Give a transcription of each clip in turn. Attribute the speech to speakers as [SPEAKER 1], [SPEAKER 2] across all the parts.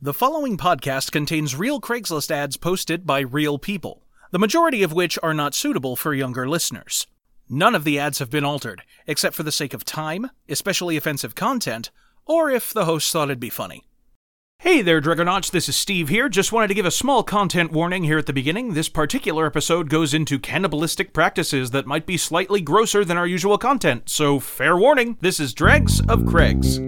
[SPEAKER 1] The following podcast contains real Craigslist ads posted by real people, the majority of which are not suitable for younger listeners. None of the ads have been altered, except for the sake of time, especially offensive content, or if the host thought it'd be funny. Hey there, Dragonauts, this is Steve here. Just wanted to give a small content warning here at the beginning. This particular episode goes into cannibalistic practices that might be slightly grosser than our usual content, so fair warning, this is Dregs of Craigs.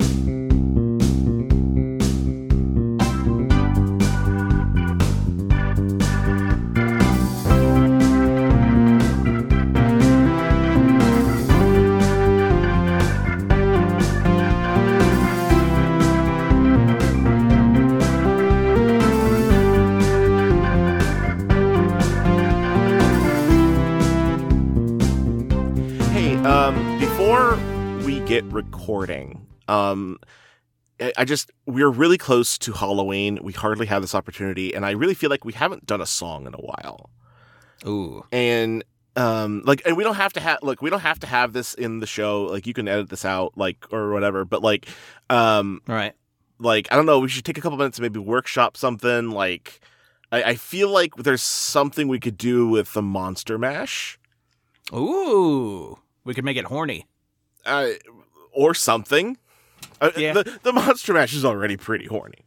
[SPEAKER 2] Hey, um, before we get recording, um, I I just we're really close to Halloween. We hardly have this opportunity, and I really feel like we haven't done a song in a while.
[SPEAKER 3] Ooh.
[SPEAKER 2] And um, like, and we don't have to have look, we don't have to have this in the show. Like, you can edit this out, like or whatever. But like, um,
[SPEAKER 3] All right.
[SPEAKER 2] like I don't know. We should take a couple minutes to maybe workshop something. Like, I, I feel like there's something we could do with the Monster Mash.
[SPEAKER 3] Ooh. We could make it horny.
[SPEAKER 2] uh, or something. Uh,
[SPEAKER 3] Yeah.
[SPEAKER 2] the, the monster mash is already pretty horny.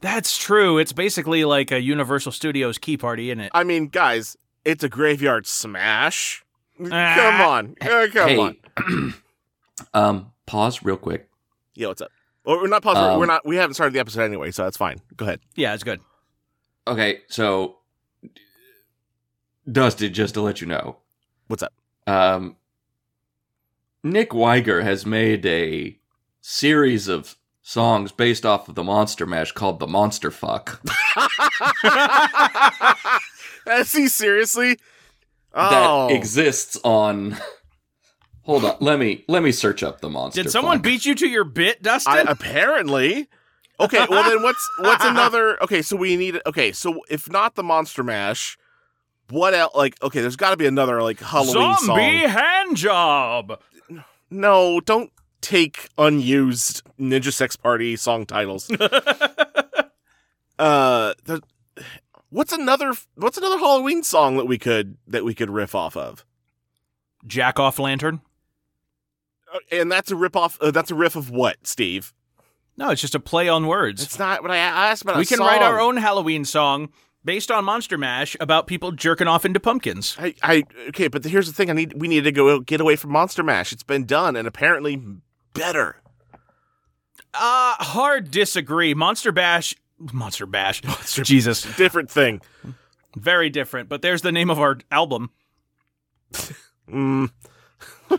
[SPEAKER 3] That's true. It's basically like a Universal Studios key party, isn't it?
[SPEAKER 2] I mean, guys, it's a graveyard smash.
[SPEAKER 3] Ah.
[SPEAKER 2] Come on, Uh, come on.
[SPEAKER 4] um, pause real quick.
[SPEAKER 2] Yeah, what's up? Or we're not possible.
[SPEAKER 4] Um,
[SPEAKER 2] we're not. We haven't started the episode anyway, so that's fine. Go ahead.
[SPEAKER 3] Yeah, it's good.
[SPEAKER 4] Okay, so Dustin, just to let you know,
[SPEAKER 2] What's up?
[SPEAKER 4] um, Nick Weiger has made a series of songs based off of the Monster Mash called "The Monster Fuck."
[SPEAKER 2] Is he seriously? Oh,
[SPEAKER 4] That exists on. Hold on, let me let me search up the Monster.
[SPEAKER 3] Did someone
[SPEAKER 4] Fuck.
[SPEAKER 3] beat you to your bit, Dustin?
[SPEAKER 2] I, apparently. Okay, well then, what's what's another? Okay, so we need. Okay, so if not the monster mash, what else? Like, okay, there's got to be another like Halloween song.
[SPEAKER 3] Zombie hand job.
[SPEAKER 2] No, don't take unused Ninja Sex Party song titles. uh, the, what's another what's another Halloween song that we could that we could riff off of?
[SPEAKER 3] Jack off lantern.
[SPEAKER 2] Uh, And that's a rip off. Uh, that's a riff of what, Steve?
[SPEAKER 3] No, it's just a play on words.
[SPEAKER 2] It's not what I asked about. a
[SPEAKER 3] we can write our
[SPEAKER 2] song.
[SPEAKER 3] own Halloween song based on Monster Mash about people jerking off into pumpkins.
[SPEAKER 2] I, I okay, but here's the thing. I need we need to go get away from Monster Mash. It's been done and apparently better.
[SPEAKER 3] Uh hard disagree. Monster Bash Monster Bash. Jesus.
[SPEAKER 2] Different thing.
[SPEAKER 3] Very different, but there's the name of our album.
[SPEAKER 2] Mm,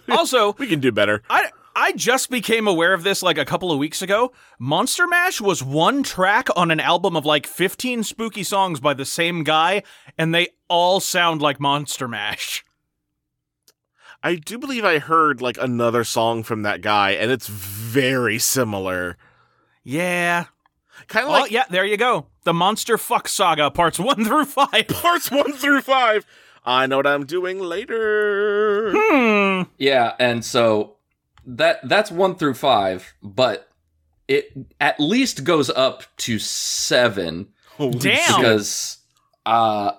[SPEAKER 3] Also,
[SPEAKER 2] we can do better.
[SPEAKER 3] I I just became aware of this like a couple of weeks ago. Monster Mash was one track on an album of like 15 spooky songs by the same guy and they all sound like Monster Mash.
[SPEAKER 2] I do believe I heard like another song from that guy, and it's very similar.
[SPEAKER 3] Yeah.
[SPEAKER 2] Kind of
[SPEAKER 3] Oh,
[SPEAKER 2] like
[SPEAKER 3] yeah, there you go. The Monster Fuck Saga parts 1 through 5.
[SPEAKER 2] parts one through five. I know what I'm doing later.
[SPEAKER 3] Hmm.
[SPEAKER 4] Yeah, and so that that's one through five, but it at least goes up to seven
[SPEAKER 2] Holy
[SPEAKER 3] Damn.
[SPEAKER 2] shit.
[SPEAKER 4] because uh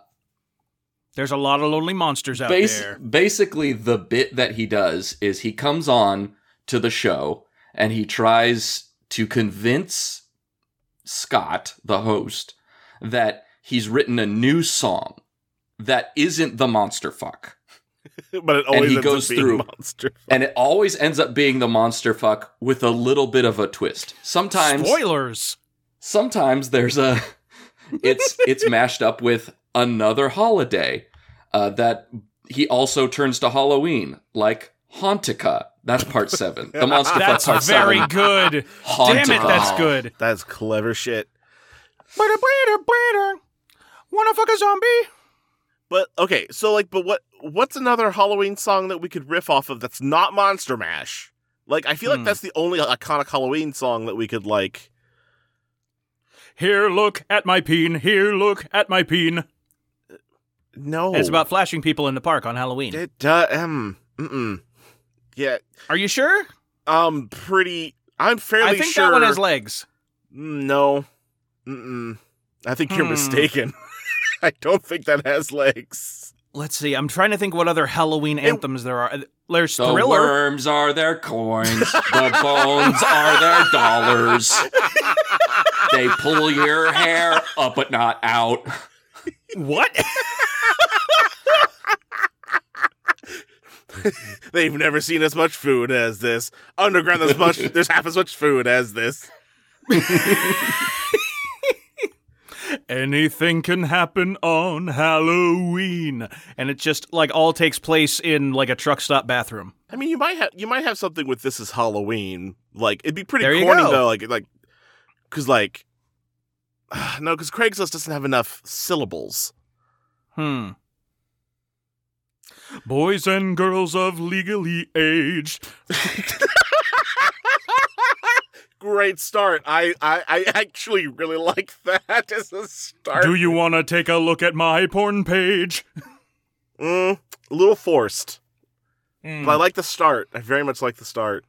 [SPEAKER 3] There's a lot of lonely monsters out
[SPEAKER 4] Bas-
[SPEAKER 3] there.
[SPEAKER 4] basically the bit that he does is he comes on to the show and he tries to convince Scott, the host, that he's written a new song that isn't the monster fuck.
[SPEAKER 2] But it always
[SPEAKER 4] he
[SPEAKER 2] ends up
[SPEAKER 4] goes
[SPEAKER 2] being
[SPEAKER 4] through.
[SPEAKER 2] monster.
[SPEAKER 4] And it always ends up being the monster fuck with a little bit of a twist. Sometimes
[SPEAKER 3] Spoilers.
[SPEAKER 4] sometimes there's a it's it's mashed up with another holiday uh, that he also turns to Halloween, like Hauntica. That's part seven. The monster fuck
[SPEAKER 3] That's
[SPEAKER 4] part
[SPEAKER 3] very
[SPEAKER 4] seven.
[SPEAKER 3] good. Damn it,
[SPEAKER 4] Hauntica.
[SPEAKER 3] that's good.
[SPEAKER 2] That's clever shit.
[SPEAKER 3] Bada bada bada. Wanna fuck a zombie?
[SPEAKER 2] But okay, so like, but what? What's another Halloween song that we could riff off of that's not Monster Mash? Like, I feel
[SPEAKER 3] Hmm.
[SPEAKER 2] like that's the only iconic Halloween song that we could like.
[SPEAKER 3] Here, look at my peen. Here, look at my peen.
[SPEAKER 2] No,
[SPEAKER 3] It's about flashing people in the park on Halloween.
[SPEAKER 2] it. Uh, um, mm-mm. Yeah,
[SPEAKER 3] Are you sure?
[SPEAKER 2] I'm pretty. I'm fairly
[SPEAKER 3] I think
[SPEAKER 2] sure.
[SPEAKER 3] that one has legs.
[SPEAKER 2] Mm, no, Mm-mm. I think
[SPEAKER 3] Hmm.
[SPEAKER 2] you're mistaken. I don't think that has legs.
[SPEAKER 3] Let's see. I'm trying to think what other Halloween anthems there are. There's
[SPEAKER 4] The
[SPEAKER 3] Thriller.
[SPEAKER 4] worms are their coins. the bones are their dollars. they pull your hair up but not out.
[SPEAKER 3] What?
[SPEAKER 2] They've never seen as much food as this. Underground as much there's half as much food as this.
[SPEAKER 3] Anything can happen on Halloween. And it just like all takes place in like a truck stop bathroom.
[SPEAKER 2] I mean you might have you might have something with this is Halloween. Like it'd be pretty
[SPEAKER 3] There you
[SPEAKER 2] corny
[SPEAKER 3] go.
[SPEAKER 2] though, like like cause like no, because Craigslist doesn't have enough syllables.
[SPEAKER 3] Hmm. Boys and girls of legally aged.
[SPEAKER 2] Great start. I, I, I actually really like that as a start.
[SPEAKER 3] Do you want to take a look at my porn page?
[SPEAKER 2] Mm, a little forced, but I like the start. I very much like the start.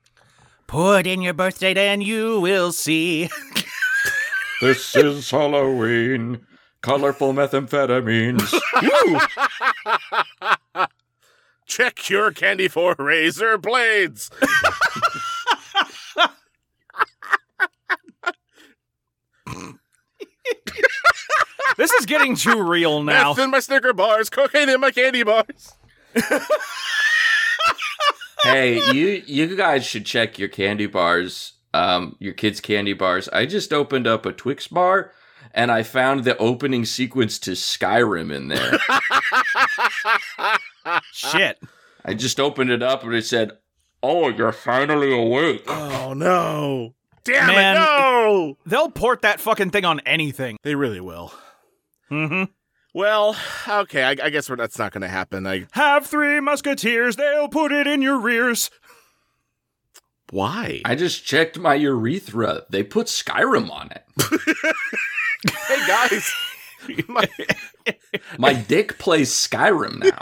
[SPEAKER 3] Put in your birth date and you will see.
[SPEAKER 4] This is Halloween. Colorful methamphetamines.
[SPEAKER 2] Check your candy for razor blades.
[SPEAKER 3] This is getting too real now.
[SPEAKER 2] Meth in my Snicker bars. Cocaine in my candy bars.
[SPEAKER 4] hey, you you guys should check your candy bars, um, your kids' candy bars. I just opened up a Twix bar and I found the opening sequence to Skyrim in there.
[SPEAKER 3] Shit.
[SPEAKER 4] I just opened it up and it said, Oh, you're finally awake.
[SPEAKER 2] Oh no! Damn
[SPEAKER 3] Man.
[SPEAKER 2] it! No,
[SPEAKER 3] They'll port that fucking thing on anything.
[SPEAKER 2] they really will.
[SPEAKER 3] Mm-hmm.
[SPEAKER 2] Well, okay. I, I guess we're, that's not going to happen. I
[SPEAKER 3] Have three musketeers, they'll put it in your rears.
[SPEAKER 2] why?
[SPEAKER 4] I just checked my urethra. They put Skyrim on it.
[SPEAKER 2] hey guys, my,
[SPEAKER 4] My dick plays Skyrim now.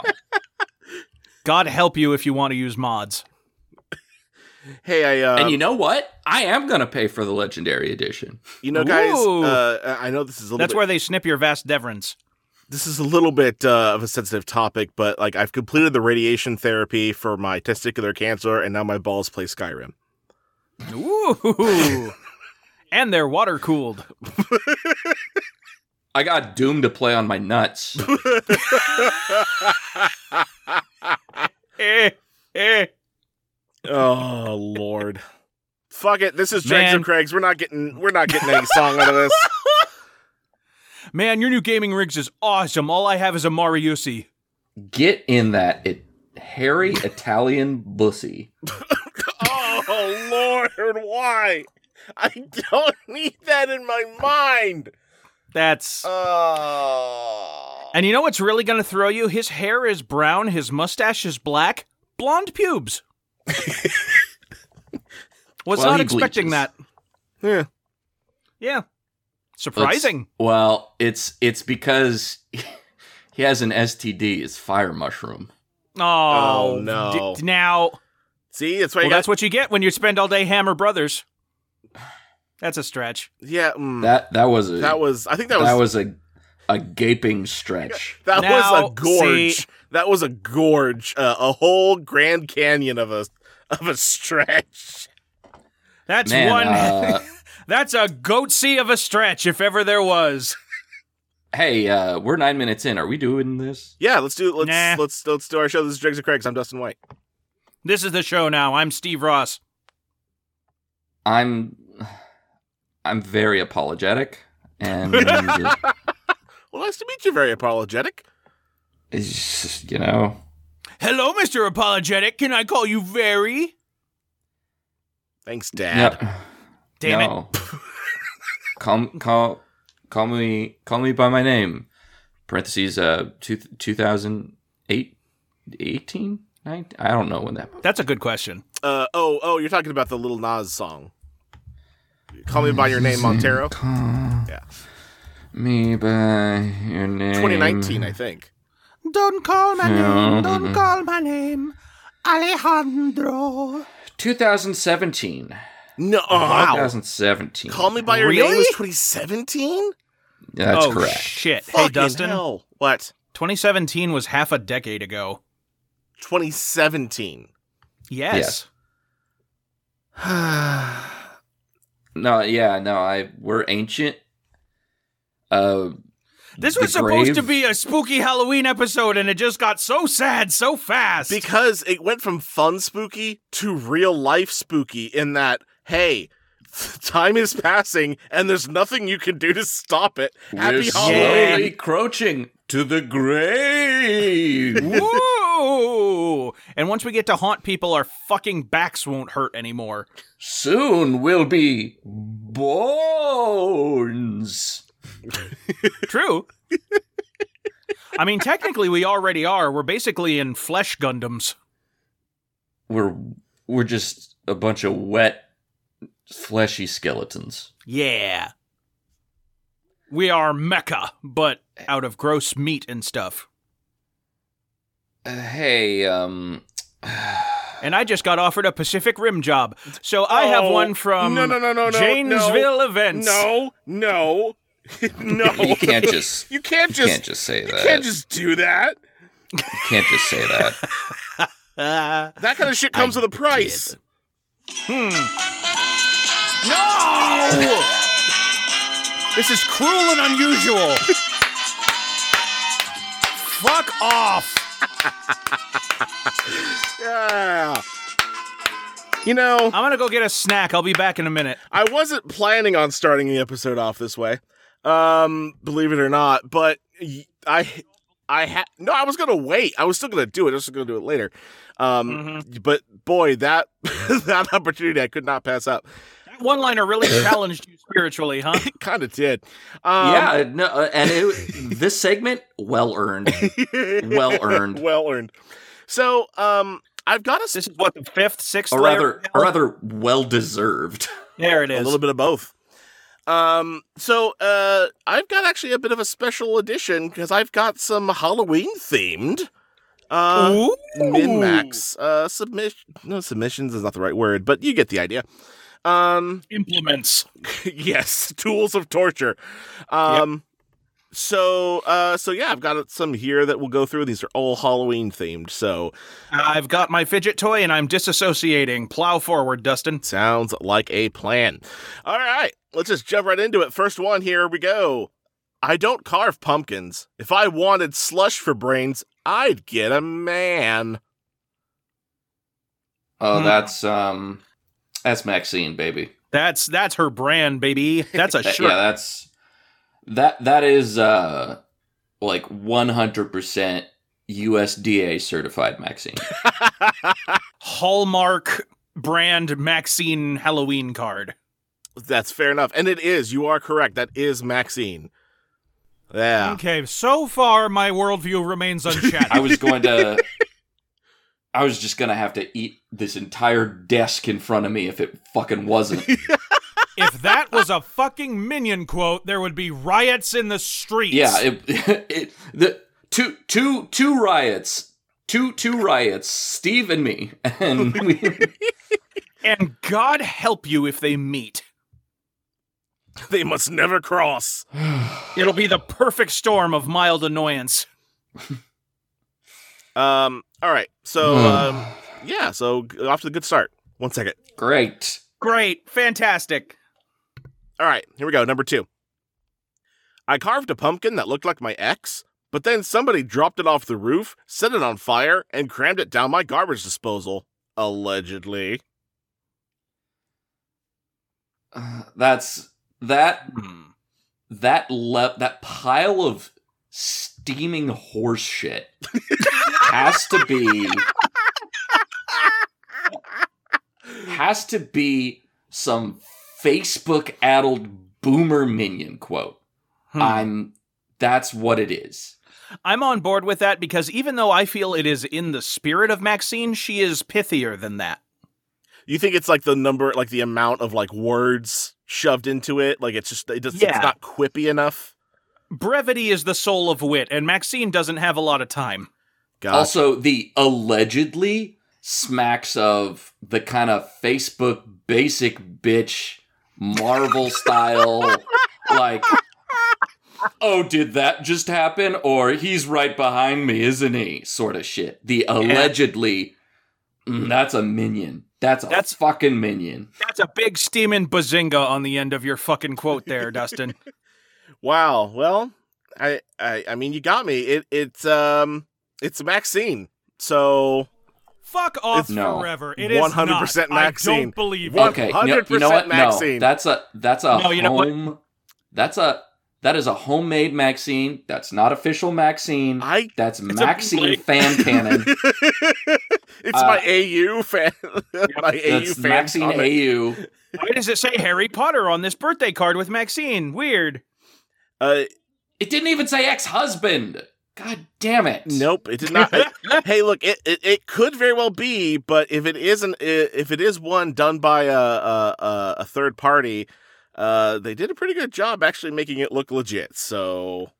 [SPEAKER 3] God help you if you want to use mods.
[SPEAKER 2] hey, I uh,
[SPEAKER 4] and you know what? I am going to pay for the Legendary Edition.
[SPEAKER 2] You know, guys,
[SPEAKER 3] Ooh.
[SPEAKER 2] uh, I know this is a little
[SPEAKER 3] That's
[SPEAKER 2] bit,
[SPEAKER 3] where they snip your vast deference.
[SPEAKER 2] this is a little bit uh, of a sensitive topic, but like I've completed the radiation therapy for my testicular cancer, and now my balls play Skyrim.
[SPEAKER 3] Ooh. and they're water cooled.
[SPEAKER 4] I got Doom to play on my nuts.
[SPEAKER 3] Eh, eh.
[SPEAKER 2] oh Lord, fuck it. This is Dregs
[SPEAKER 3] Man.
[SPEAKER 2] and Craigs. We're not getting we're not getting any song out of this.
[SPEAKER 3] Man, your new gaming rigs is awesome. All I have is a Mariusi.
[SPEAKER 4] Get in that it, hairy Italian bussy.
[SPEAKER 2] Oh Lord, why? I don't need that in my mind.
[SPEAKER 4] Uh,
[SPEAKER 3] That's.
[SPEAKER 2] Oh.
[SPEAKER 3] And you know what's really going to throw you? His hair is brown, his mustache is black, blonde pubes. Was
[SPEAKER 4] Well,
[SPEAKER 3] not
[SPEAKER 4] he
[SPEAKER 3] expecting
[SPEAKER 4] bleaches.
[SPEAKER 3] that.
[SPEAKER 2] Yeah.
[SPEAKER 3] Yeah. Surprising.
[SPEAKER 4] Well, it's it's because he has an STD. It's fire mushroom.
[SPEAKER 3] Oh,
[SPEAKER 2] Oh, no.
[SPEAKER 3] d- now,
[SPEAKER 2] See, that's why.
[SPEAKER 3] well,
[SPEAKER 2] you got-
[SPEAKER 3] that's what you get when you spend all day Hammer Brothers. That's a stretch.
[SPEAKER 2] yeah, mm, that,
[SPEAKER 4] That Hmm. that was a
[SPEAKER 2] was. I think
[SPEAKER 4] that was a a gaping stretch.
[SPEAKER 2] That
[SPEAKER 3] Now,
[SPEAKER 2] was a gorge.
[SPEAKER 3] see-
[SPEAKER 2] that was a gorge. Uh, a whole Grand Canyon of a of a stretch.
[SPEAKER 3] That's
[SPEAKER 4] Man,
[SPEAKER 3] one.
[SPEAKER 4] uh,
[SPEAKER 3] that's a goatsy of a stretch, if ever there was.
[SPEAKER 4] hey, uh, we're nine minutes in. Are we doing this?
[SPEAKER 2] Yeah, let's do let's
[SPEAKER 3] Nah.
[SPEAKER 2] let's let's do our show. This is Dregs and Craigs. I'm Dustin White.
[SPEAKER 3] This is the show now. I'm Steve Ross.
[SPEAKER 4] I'm I'm very apologetic, and
[SPEAKER 2] Well, nice to meet you. Very apologetic.
[SPEAKER 4] it's just, you know,
[SPEAKER 3] Hello, Mr. Apologetic. Can I call you very?
[SPEAKER 2] Thanks, Dad.
[SPEAKER 4] no,
[SPEAKER 3] Damn it.
[SPEAKER 4] no. call call call me call me by my name. Parentheses uh two two thousand eight eighteen. I don't know when that.
[SPEAKER 3] That's a good question.
[SPEAKER 2] Uh, oh, oh, you're talking about the Little Nas song. Call me by your name, Montero.
[SPEAKER 4] Call
[SPEAKER 2] Yeah.
[SPEAKER 4] me by your name.
[SPEAKER 2] 2019, I think.
[SPEAKER 3] Don't call my
[SPEAKER 4] name, don't
[SPEAKER 3] call my name. Alejandro.
[SPEAKER 4] 2017.
[SPEAKER 2] No, oh, wow.
[SPEAKER 4] 2017.
[SPEAKER 2] Call Me by Your Name
[SPEAKER 1] Really?
[SPEAKER 2] was 2017.
[SPEAKER 4] Yeah, that's
[SPEAKER 3] oh
[SPEAKER 4] correct.
[SPEAKER 3] shit! hey
[SPEAKER 2] Fucking
[SPEAKER 3] Dustin,
[SPEAKER 2] hell. what?
[SPEAKER 3] 2017 was half a decade ago.
[SPEAKER 2] 2017.
[SPEAKER 3] Yes.
[SPEAKER 4] Yes. No, yeah, no, I we're ancient. Uh,
[SPEAKER 3] This
[SPEAKER 4] The
[SPEAKER 3] was supposed
[SPEAKER 4] grave.
[SPEAKER 3] to be a spooky Halloween episode, and it just got so sad so fast.
[SPEAKER 2] because it went from fun spooky to real life spooky in that hey time is passing and there's nothing you can do to stop it happy
[SPEAKER 4] we're
[SPEAKER 2] halloween
[SPEAKER 4] slowly crouching to the grave.
[SPEAKER 3] Woo! And once we get to haunt people, our fucking backs won't hurt anymore.
[SPEAKER 4] Soon we'll be bones.
[SPEAKER 3] True. I mean, technically, we already are. We're basically in flesh Gundams.
[SPEAKER 4] We're we're just a bunch of wet, fleshy skeletons.
[SPEAKER 3] Yeah. We are mecha, but out of gross meat and stuff.
[SPEAKER 4] Uh, hey, um,
[SPEAKER 3] And I just got offered a Pacific Rim job. So I have
[SPEAKER 2] Oh,
[SPEAKER 3] one from
[SPEAKER 2] no no no no no
[SPEAKER 3] Janesville Events.
[SPEAKER 2] no no no
[SPEAKER 4] you can't just
[SPEAKER 2] you can't
[SPEAKER 4] you
[SPEAKER 2] just
[SPEAKER 4] can't just say that.
[SPEAKER 2] you can't just do that
[SPEAKER 4] You can't just say that.
[SPEAKER 3] Uh,
[SPEAKER 2] that kind of shit comes with a price
[SPEAKER 3] no! this is cruel and unusual. Fuck off.
[SPEAKER 2] yeah you know
[SPEAKER 3] I'm going to go get a snack. I'll be back in a minute.
[SPEAKER 2] I wasn't planning on starting the episode off this way, um, believe it or not. But y- I, I had no. I was gonna wait. I was still gonna do it. I was still gonna do it later. Um,
[SPEAKER 3] Mm-hmm.
[SPEAKER 4] Mm-hmm.
[SPEAKER 2] but boy, that that opportunity I could not pass up.
[SPEAKER 3] One liner really challenged you spiritually, huh?
[SPEAKER 2] It kind of did. Um,
[SPEAKER 4] yeah, no, uh, and it, this segment well earned, well earned,
[SPEAKER 2] well earned. So, um, I've got a,
[SPEAKER 3] This is what the fifth, sixth,
[SPEAKER 4] or
[SPEAKER 3] layer?
[SPEAKER 4] rather, or rather, well deserved.
[SPEAKER 3] There it
[SPEAKER 2] a
[SPEAKER 3] is.
[SPEAKER 2] little bit of both. Um, so uh, I've got actually a bit of a special edition because I've got some Halloween themed. Uh,
[SPEAKER 3] Ooh.
[SPEAKER 2] min max uh submission no submissions is not the right word but you get the idea um
[SPEAKER 3] implements.
[SPEAKER 2] yes tools of torture um so uh so yeah i've got some here that we'll go through these are all halloween themed so
[SPEAKER 3] I've got my fidget toy and I'm disassociating. Plow forward, Dustin.
[SPEAKER 2] sounds like a plan all right let's just jump right into it first one here we go i don't carve pumpkins if i wanted slush for brains i'd get a man
[SPEAKER 4] Oh,
[SPEAKER 3] Hmm.
[SPEAKER 4] that's um, that's Maxine, baby.
[SPEAKER 3] That's that's her brand, baby. That's a
[SPEAKER 4] That-
[SPEAKER 3] shirt.
[SPEAKER 4] Uh, Yeah, that's that. That is uh, like one hundred percent USDA certified Maxine.
[SPEAKER 3] Hallmark brand Maxine Halloween card.
[SPEAKER 2] that's fair enough and it is you are correct that is maxine yeah
[SPEAKER 3] Okay, so far my worldview remains
[SPEAKER 4] I
[SPEAKER 3] unshattered.
[SPEAKER 4] was going to. I was just gonna have to eat this entire desk in front of me if it fucking wasn't.
[SPEAKER 3] if that was a fucking minion quote, there would be riots in the streets.
[SPEAKER 4] Yeah, it, it the two two two riots, two two riots, Steve and me, and we,
[SPEAKER 3] and God help you if they meet.
[SPEAKER 2] they must never cross.
[SPEAKER 3] It'll be the perfect storm of mild annoyance.
[SPEAKER 2] Um. All right. So, um, yeah. So g- off to a good start. One second.
[SPEAKER 4] great.
[SPEAKER 3] Great, fantastic.
[SPEAKER 2] All right. Here we go. Number two. I carved a pumpkin that looked like my ex, but then somebody dropped it off the roof, set it on fire, and crammed it down my garbage disposal. Allegedly.
[SPEAKER 4] Uh, That's that
[SPEAKER 3] Hmm.
[SPEAKER 4] that le- that pile of steaming horse shit has to be has to be some Facebook addled boomer minion quote.
[SPEAKER 3] Hmm.
[SPEAKER 4] I'm that's what it is.
[SPEAKER 3] I'm on board with that because even though I feel it is in the spirit of Maxine, she is pithier than that.
[SPEAKER 2] You think it's like the number, like the amount of like words shoved into it? Like it's just it does,
[SPEAKER 3] Yeah.
[SPEAKER 2] it's not quippy enough.
[SPEAKER 3] Brevity is the soul of wit, and Maxine doesn't have a lot of time.
[SPEAKER 2] Gosh.
[SPEAKER 4] Also, the allegedly smacks of the kind of Facebook basic bitch Marvel style like oh did that just happen or he's right behind me isn't he sort of shit the allegedly Mm, that's a minion that's a
[SPEAKER 3] That's-
[SPEAKER 4] fucking minion
[SPEAKER 3] That's a big steaming bazinga on the end of your fucking quote there, Dustin.
[SPEAKER 2] Wow. Well, I, I I mean you got me. It it's um it's Maxine. So
[SPEAKER 3] Fuck off
[SPEAKER 4] It's- No.
[SPEAKER 1] forever. It is
[SPEAKER 2] 100%
[SPEAKER 1] not. I
[SPEAKER 2] Maxine.
[SPEAKER 1] don't believe
[SPEAKER 2] One-
[SPEAKER 1] it.
[SPEAKER 4] okay no,
[SPEAKER 2] 100%
[SPEAKER 4] you know what no
[SPEAKER 2] Maxine.
[SPEAKER 4] that's a that's a
[SPEAKER 3] No, you know what?
[SPEAKER 4] home that's a that is a homemade Maxine that's not official Maxine
[SPEAKER 2] I
[SPEAKER 4] that's
[SPEAKER 3] a
[SPEAKER 4] Maxine
[SPEAKER 3] bootleg.
[SPEAKER 4] fan canon
[SPEAKER 2] it's
[SPEAKER 4] Uh,
[SPEAKER 2] my AU fan. my AU
[SPEAKER 4] that's
[SPEAKER 2] fan.
[SPEAKER 4] Maxine
[SPEAKER 2] comic.
[SPEAKER 4] AU
[SPEAKER 3] Why does it say Harry Potter on this birthday card with Maxine? Weird.
[SPEAKER 2] Uh,
[SPEAKER 4] It didn't even say ex-husband. God damn it.
[SPEAKER 2] nope, it did not. I- hey, look, it, it it could very well be, but if it isn't, i- if it is one done by a a, a, a third party, uh, they did a pretty good job actually making it look legit. So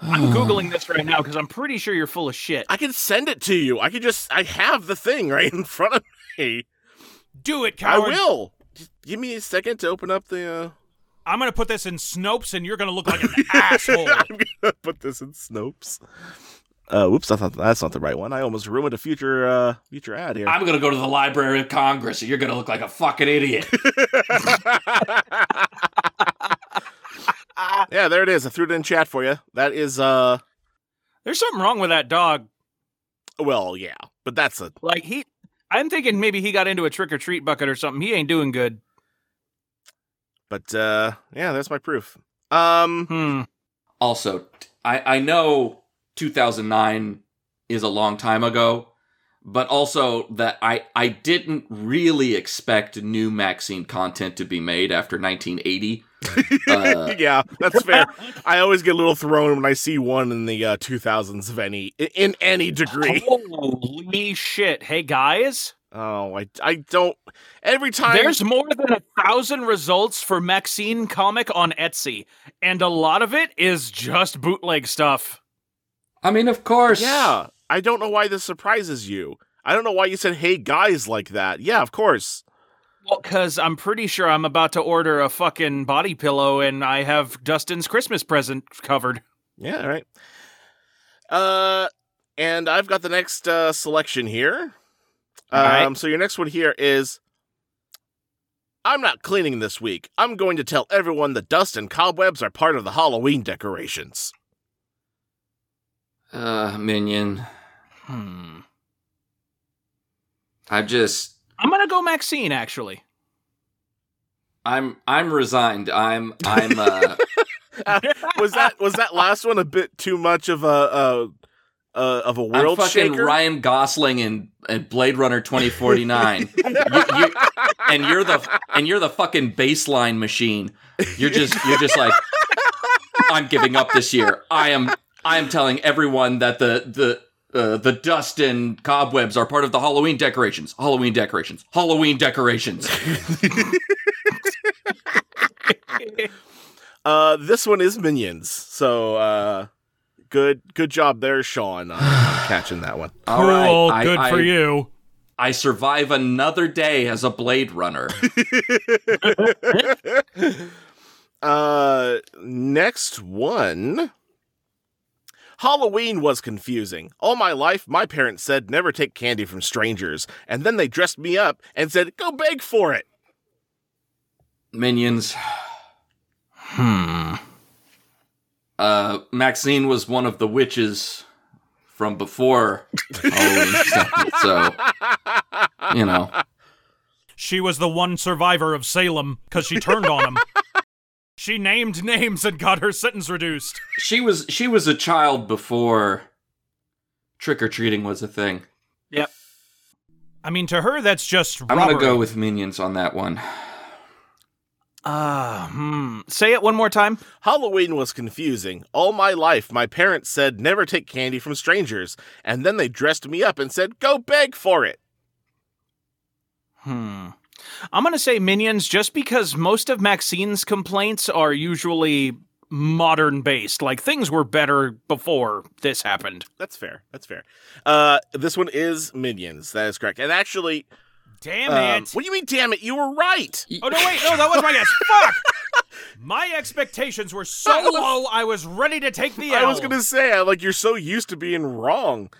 [SPEAKER 3] I'm googling this right now because I'm pretty sure you're full of shit.
[SPEAKER 2] I can send it to you. I can just I have the thing right in front of me.
[SPEAKER 1] Do it,
[SPEAKER 2] I
[SPEAKER 1] coward.
[SPEAKER 2] will. Just give me a second to open up the. Uh...
[SPEAKER 1] I'm gonna put this in Snopes, and you're gonna look like an asshole.
[SPEAKER 2] I'm gonna put this in Snopes. Uh, whoops, that's not, that's not the right one. I almost ruined a future uh, future ad here.
[SPEAKER 4] I'm gonna go to the Library of Congress and you're gonna look like a fucking idiot.
[SPEAKER 2] yeah, there it is. I threw it in chat for you. That is uh,
[SPEAKER 3] There's something wrong with that dog.
[SPEAKER 2] well, yeah, but that's a
[SPEAKER 3] Like he, I'm thinking maybe he got into a trick or treat bucket or something. He ain't doing good.
[SPEAKER 2] but uh, yeah, that's my proof. Um,
[SPEAKER 3] Hmm.
[SPEAKER 4] also, t- I, I know 2009 is a long time ago, but also that I, I didn't really expect new Maxine content to be made after 1980. Uh,
[SPEAKER 2] yeah, that's fair. I always get a little thrown when I see one in the uh, 2000s of any in any degree.
[SPEAKER 3] Holy shit! Hey guys,
[SPEAKER 2] Oh, I I don't. Every time
[SPEAKER 3] there's more than a thousand results for Maxine comic on Etsy, and a lot of it is just bootleg stuff.
[SPEAKER 4] I mean, of course.
[SPEAKER 2] Yeah, I don't know why this surprises you. I don't know why you said "Hey guys" like that. Yeah, of course.
[SPEAKER 3] Well, because I'm pretty sure I'm about to order a fucking body pillow, and I have Dustin's Christmas present covered.
[SPEAKER 2] Yeah, all right. Uh, and I've got the next uh, selection here. Um,
[SPEAKER 3] All right.
[SPEAKER 2] so your next one here is. I'm not cleaning this week. I'm going to tell everyone the dust and cobwebs are part of the Halloween decorations.
[SPEAKER 4] Uh, Minion.
[SPEAKER 3] Hmm.
[SPEAKER 4] I just.
[SPEAKER 3] I'm gonna go Maxine actually.
[SPEAKER 4] I'm I'm resigned. I'm I'm uh
[SPEAKER 2] Was that was that last one a bit too much of a, a, a of a
[SPEAKER 4] I'm
[SPEAKER 2] world
[SPEAKER 4] fucking
[SPEAKER 2] shaker?
[SPEAKER 4] Ryan Gosling in, in Blade Runner 2049, You- you- and you're the and you're the fucking baseline machine. You're just you're just like I'm giving up this year. I am I am telling everyone that the the uh, the dust and cobwebs are part of the Halloween decorations. Halloween decorations. Halloween decorations.
[SPEAKER 2] Uh, this one is Minions. So, uh, good, good job there, Sean, on on catching that one.
[SPEAKER 4] All
[SPEAKER 1] cool.
[SPEAKER 4] right, I-
[SPEAKER 1] Good for
[SPEAKER 4] I-
[SPEAKER 1] you.
[SPEAKER 4] I survive another day as a Blade Runner.
[SPEAKER 2] Uh, next one. Halloween was confusing. All my life, my parents said never take candy from strangers, and then they dressed me up and said, "Go beg for it."
[SPEAKER 4] Minions.
[SPEAKER 3] Hmm.
[SPEAKER 4] Uh, Maxine was one of the witches from before Halloween, so you know.
[SPEAKER 1] She was the one survivor of Salem because she turned on him. She named names and got her sentence reduced.
[SPEAKER 4] She was she was a child before trick or treating was a thing.
[SPEAKER 1] I mean, to her, that's just.
[SPEAKER 4] I'm
[SPEAKER 1] robbery.
[SPEAKER 4] gonna go with minions on that one.
[SPEAKER 3] Ah. hmm. Say it one more time.
[SPEAKER 2] Halloween was confusing. All my life, my parents said never take candy from strangers, and then they dressed me up and said, "Go beg for it."
[SPEAKER 3] Hmm. I'm gonna say minions just because most of Maxine's complaints are usually modern based. Like things were better before this happened.
[SPEAKER 2] That's fair. That's fair. Uh, this one is Minions. That is correct. And actually,
[SPEAKER 3] Damn
[SPEAKER 2] um,
[SPEAKER 3] it!
[SPEAKER 2] what do you mean? Damn it! You were right.
[SPEAKER 3] Oh no! Wait, no, that was my guess. Fuck! My expectations were so low, I was ready to take the.
[SPEAKER 2] I was
[SPEAKER 3] L.
[SPEAKER 2] gonna say, I- like, you're so used to being wrong.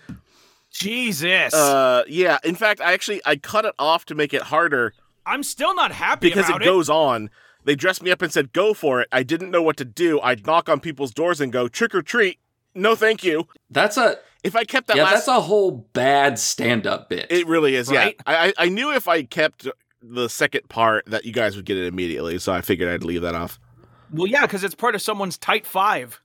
[SPEAKER 3] Jesus,
[SPEAKER 2] Uh, yeah. In fact, I actually I cut it off to make it harder
[SPEAKER 3] I'm still not happy
[SPEAKER 2] because
[SPEAKER 3] about
[SPEAKER 2] it goes on. They dressed me up and said, "Go for it." I didn't know what to do. I'd knock on people's doors and go, "Trick or treat." No, thank you.
[SPEAKER 4] That's a
[SPEAKER 2] If I kept that
[SPEAKER 4] yeah,
[SPEAKER 2] last,
[SPEAKER 4] that's a whole bad stand-up bit.
[SPEAKER 2] it really is.
[SPEAKER 3] Right?
[SPEAKER 2] Yeah, I I I knew if I kept the second part that you guys would get it immediately, so I figured I'd leave that off.
[SPEAKER 3] Well, yeah, because it's part of someone's tight five.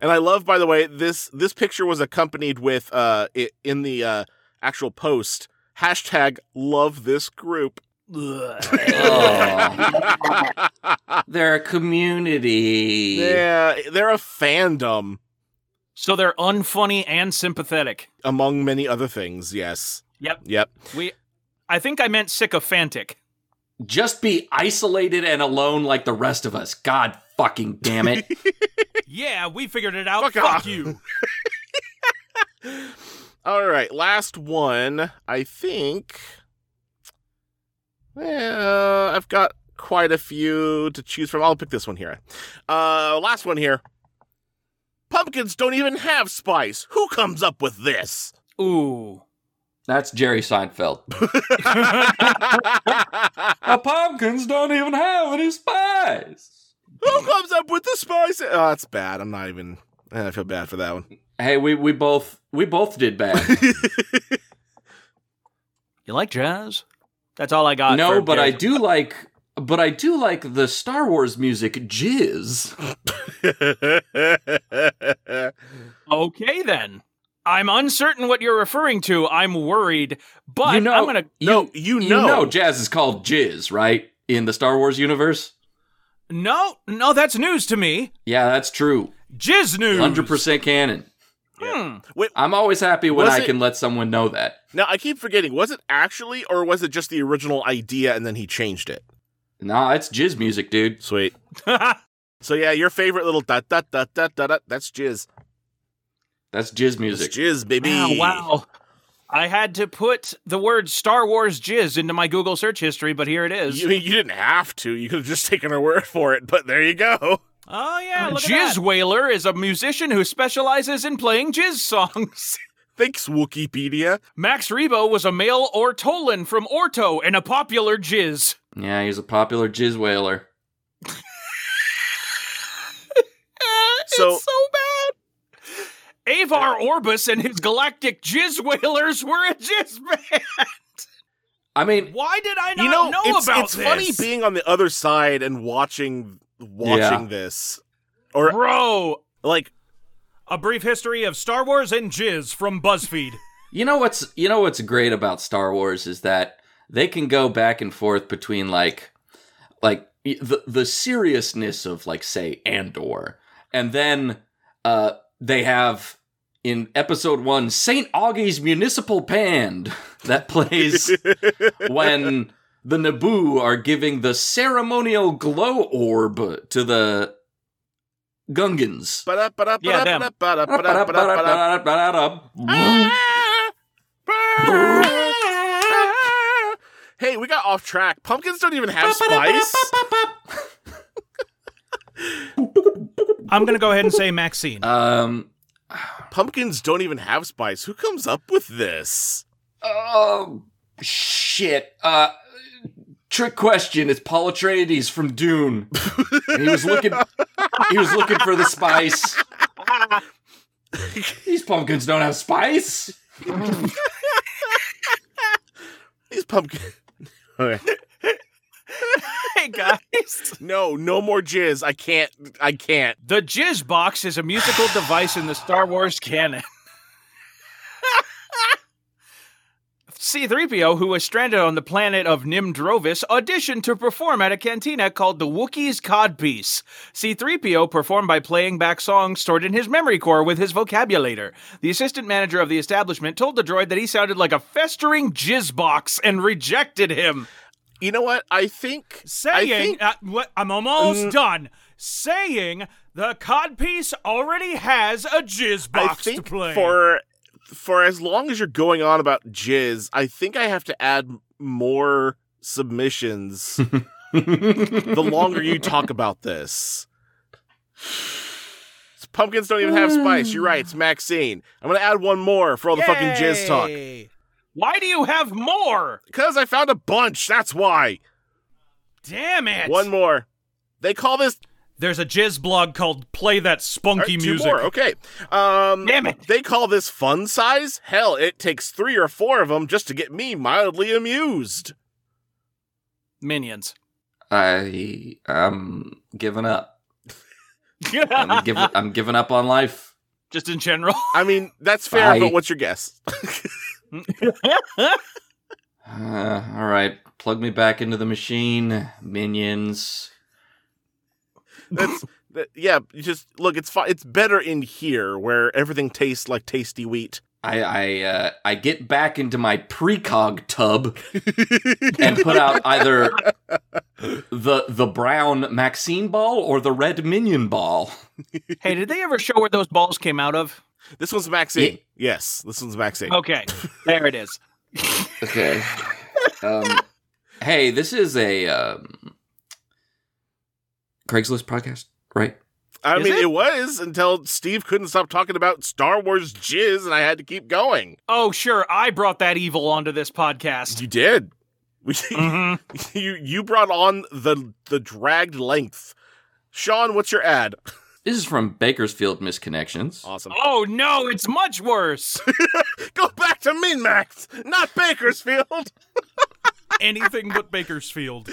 [SPEAKER 2] And I love, by the way, this this picture was accompanied with uh it, in the uh actual post hashtag love this group.
[SPEAKER 4] Oh, they're a community.
[SPEAKER 2] Yeah, they're a fandom
[SPEAKER 3] so they're unfunny and sympathetic.
[SPEAKER 2] among many other things. Yes.
[SPEAKER 3] Yep.
[SPEAKER 2] Yep.
[SPEAKER 3] We, I think I meant sycophantic.
[SPEAKER 4] Just be isolated and alone like the rest of us. God fucking damn it.
[SPEAKER 3] yeah, we figured it out.
[SPEAKER 2] Oh, Fuck
[SPEAKER 3] Fuck,
[SPEAKER 2] off.
[SPEAKER 3] you.
[SPEAKER 2] All right, last one. I think. Yeah, I've got quite a few to choose from. I'll pick this one here. Uh, last one here. Pumpkins don't even have spice. Who comes up with this?
[SPEAKER 3] Ooh.
[SPEAKER 4] That's Jerry Seinfeld. Our pumpkins don't even have any spice.
[SPEAKER 2] Who comes up with the spice? Oh, that's bad. I'm not even. eh, I feel bad for that one.
[SPEAKER 4] Hey, we, we both we both did bad.
[SPEAKER 3] You like jazz? That's all I got.
[SPEAKER 4] no,
[SPEAKER 3] for
[SPEAKER 4] but I
[SPEAKER 3] Jerry.
[SPEAKER 4] do like but I do like the Star Wars music jizz.
[SPEAKER 3] Okay, then. I'm uncertain what you're referring to. I'm worried, but
[SPEAKER 4] You know-
[SPEAKER 3] I'm gonna.
[SPEAKER 2] no, you,
[SPEAKER 4] You
[SPEAKER 2] know.
[SPEAKER 4] know jazz is called jizz, right? In the Star Wars universe?
[SPEAKER 3] No, no, that's news to me.
[SPEAKER 4] Yeah, that's true.
[SPEAKER 3] Jizz news.
[SPEAKER 4] 100% canon.
[SPEAKER 3] Hmm.
[SPEAKER 4] I'm always happy when
[SPEAKER 2] Was
[SPEAKER 4] I
[SPEAKER 2] it-
[SPEAKER 4] can let someone know that.
[SPEAKER 2] Now I keep forgetting. Was it actually, or was it just the original idea and then he changed it?
[SPEAKER 4] Nah, it's jizz music, dude.
[SPEAKER 2] Sweet. So yeah, your favorite little dot dot dot dot dot. dot that's jizz.
[SPEAKER 4] That's jizz
[SPEAKER 2] It's
[SPEAKER 4] music.
[SPEAKER 2] jizz, baby.
[SPEAKER 3] wow, wow. I had to put the word Star Wars jizz into my Google search history, but here it is.
[SPEAKER 2] You, I mean, you didn't have to. You could have just taken our word for it. But there you go.
[SPEAKER 3] oh yeah, look
[SPEAKER 1] Jizz
[SPEAKER 3] at that. Whaler is a musician who specializes in playing jizz songs.
[SPEAKER 2] Thanks, Wikipedia.
[SPEAKER 3] Max Rebo was a male Ortolan from Orto and a popular jizz.
[SPEAKER 4] Yeah, he's a popular jizz whaler.
[SPEAKER 2] Eh, So-
[SPEAKER 3] so bad. Avar Orbis and his galactic jizz whalers were a jizz band.
[SPEAKER 4] I mean,
[SPEAKER 3] Why did I not
[SPEAKER 2] you know, it's,
[SPEAKER 3] about
[SPEAKER 2] it's
[SPEAKER 3] this?
[SPEAKER 2] funny being on the other side and watching watching
[SPEAKER 4] Yeah.
[SPEAKER 2] this or
[SPEAKER 3] Bro,
[SPEAKER 2] like
[SPEAKER 3] a brief history of Star Wars and jizz from BuzzFeed.
[SPEAKER 4] you know what's you know what's great about Star Wars is that they can go back and forth between like like y- the the seriousness of like say Andor and then uh they have in episode 1 St. Augie's Municipal Band that plays when the Naboo are giving the ceremonial glow orb to the Gungans.
[SPEAKER 2] Ba-da-ba-da,
[SPEAKER 3] Yeah, them.
[SPEAKER 2] ba-da-ba-da, ba-da-ba-da, ba-da-ba-da. Ah, Hey, we got off track. Pumpkins don't even have Ah, spice.
[SPEAKER 3] I'm going to go ahead and say Maxine.
[SPEAKER 4] Um.
[SPEAKER 2] Pumpkins don't even have spice. Who comes up with this?
[SPEAKER 4] Oh shit. Uh, trick question. It's Paul Atreides from Dune. And he was looking. He was looking for the spice. These pumpkins don't have spice.
[SPEAKER 2] These pumpkins. Okay.
[SPEAKER 3] hey, guys.
[SPEAKER 2] No, no more jizz. I can't. I can't.
[SPEAKER 3] The jizz box is a musical device in the Star Wars canon. C3PO, who was stranded on the planet of Nimdrovis, auditioned to perform at a cantina called the Wookiee's Codpiece. C3PO performed by playing back songs stored in his memory core with his vocabulator. The assistant manager of the establishment told the droid that he sounded like a festering jizz box and rejected him
[SPEAKER 2] You know what? I think. I
[SPEAKER 3] saying
[SPEAKER 2] think Mm.
[SPEAKER 3] uh, what, I'm almost done saying The codpiece already has a jizz
[SPEAKER 2] I
[SPEAKER 3] box to
[SPEAKER 2] think
[SPEAKER 3] play.
[SPEAKER 2] for for as long as you're going on about jizz, I think I have to add more submissions the longer you talk about this. Pumpkins don't even have spice. You're right. It's Maxine. I'm gonna add one more for all the fucking jizz talk
[SPEAKER 3] Yay. Why do you have more?
[SPEAKER 2] because I found a bunch. That's why.
[SPEAKER 3] Damn it!
[SPEAKER 2] One more. They call this
[SPEAKER 3] There's a jizz blog called "Play That
[SPEAKER 2] All
[SPEAKER 3] Spunky
[SPEAKER 2] right, two
[SPEAKER 3] Music."
[SPEAKER 2] more. Okay. Um,
[SPEAKER 3] Damn it!
[SPEAKER 2] They call this fun size? Hell, it takes three or four of them just to get me mildly amused.
[SPEAKER 1] Minions.
[SPEAKER 4] I am giving up. I'm, giv I'm giving up on life.
[SPEAKER 3] Just in general.
[SPEAKER 2] I mean, that's fair,
[SPEAKER 4] Bye.
[SPEAKER 2] but what's your guess?
[SPEAKER 4] Uh, all right, plug me back into the machine, minions.
[SPEAKER 2] That's that- yeah. You just look. It's fine. It's better in here where everything tastes like tasty wheat.
[SPEAKER 4] I I uh, I get back into my precog tub and put out either the the brown Maxine ball or the red minion ball.
[SPEAKER 3] hey, did they ever show where those balls came out of?
[SPEAKER 2] This one's Maxine. Yes, this one's Maxine.
[SPEAKER 3] Okay, there it is.
[SPEAKER 4] Okay. Um, hey, this is a um, Craigslist podcast, right?
[SPEAKER 2] I
[SPEAKER 3] Is
[SPEAKER 2] mean,
[SPEAKER 3] it?
[SPEAKER 2] it? was until Steve couldn't stop talking about Star Wars jizz, and I had to keep going.
[SPEAKER 3] Oh, sure, I brought that evil onto this podcast.
[SPEAKER 2] You did. We,
[SPEAKER 3] Mhm.
[SPEAKER 2] you you brought on the the dragged length. Sean, what's your ad?
[SPEAKER 4] This is from Bakersfield Misconnections.
[SPEAKER 2] Awesome.
[SPEAKER 3] Oh no, it's much worse.
[SPEAKER 2] Go back to Minmax, not Bakersfield.
[SPEAKER 3] Anything but Bakersfield.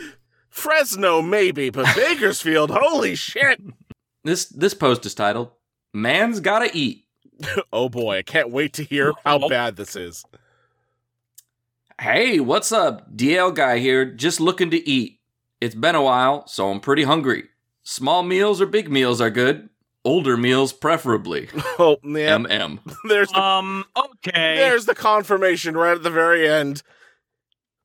[SPEAKER 2] Fresno, maybe, but Bakersfield, holy shit.
[SPEAKER 4] This this post is titled "Man's Gotta Eat."
[SPEAKER 2] Oh boy, I can't wait to hear how bad this is.
[SPEAKER 4] Hey, what's up? DL guy here, just looking to eat. It's been a while, so I'm pretty hungry. Small meals or big meals are good. Older meals preferably.
[SPEAKER 2] Oh, yeah.
[SPEAKER 4] MM.
[SPEAKER 2] There's the,
[SPEAKER 3] Um. Okay.
[SPEAKER 2] there's the confirmation right at the very end.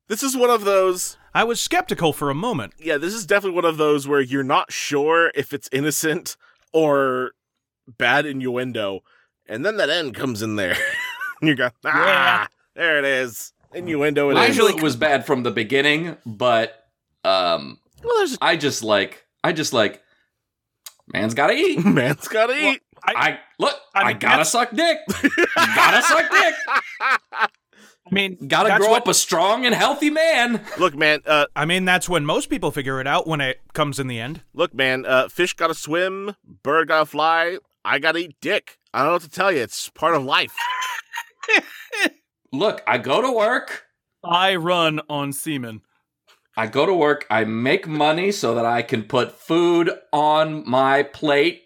[SPEAKER 2] This is one of those.
[SPEAKER 3] I was skeptical for a moment.
[SPEAKER 2] Yeah, this is definitely one of those where you're not sure if it's innocent or bad innuendo, and then that end comes in there. and you go, ah,
[SPEAKER 3] Yeah.
[SPEAKER 2] there it is. Innuendo it
[SPEAKER 4] I
[SPEAKER 2] is.
[SPEAKER 4] knew it was bad from the beginning, but um
[SPEAKER 2] well, there's
[SPEAKER 4] I just like I just like man's gotta eat.
[SPEAKER 2] man's gotta eat.
[SPEAKER 4] I look,
[SPEAKER 3] I
[SPEAKER 4] I,
[SPEAKER 3] mean,
[SPEAKER 4] gotta
[SPEAKER 3] that's-
[SPEAKER 4] suck dick. gotta suck dick.
[SPEAKER 3] I mean,
[SPEAKER 4] Gotta
[SPEAKER 3] that's
[SPEAKER 4] grow
[SPEAKER 3] what-
[SPEAKER 4] up a strong and healthy man.
[SPEAKER 2] Look, man, uh,
[SPEAKER 3] I mean, that's when most people figure it out when it comes in the end.
[SPEAKER 2] Look, man, uh, fish gotta swim, bird gotta fly, I gotta eat dick. I don't know what to tell you. It's part of life.
[SPEAKER 4] Look, I go to work.
[SPEAKER 3] I run on semen.
[SPEAKER 4] I go to work, I make money so that I can put food on my plate.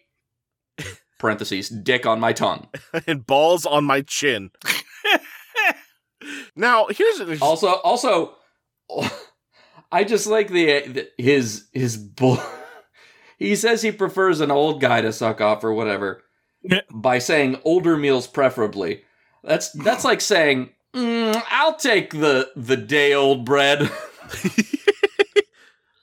[SPEAKER 4] Parentheses, dick on my tongue.
[SPEAKER 2] and balls on my chin. now, here's an interesting.
[SPEAKER 4] Also, also, I just like the, the his his bull. He says he prefers an old guy to suck off or whatever
[SPEAKER 3] Yeah.
[SPEAKER 4] by saying older meals preferably. That's that's like saying "Mm, I'll take the the day old bread.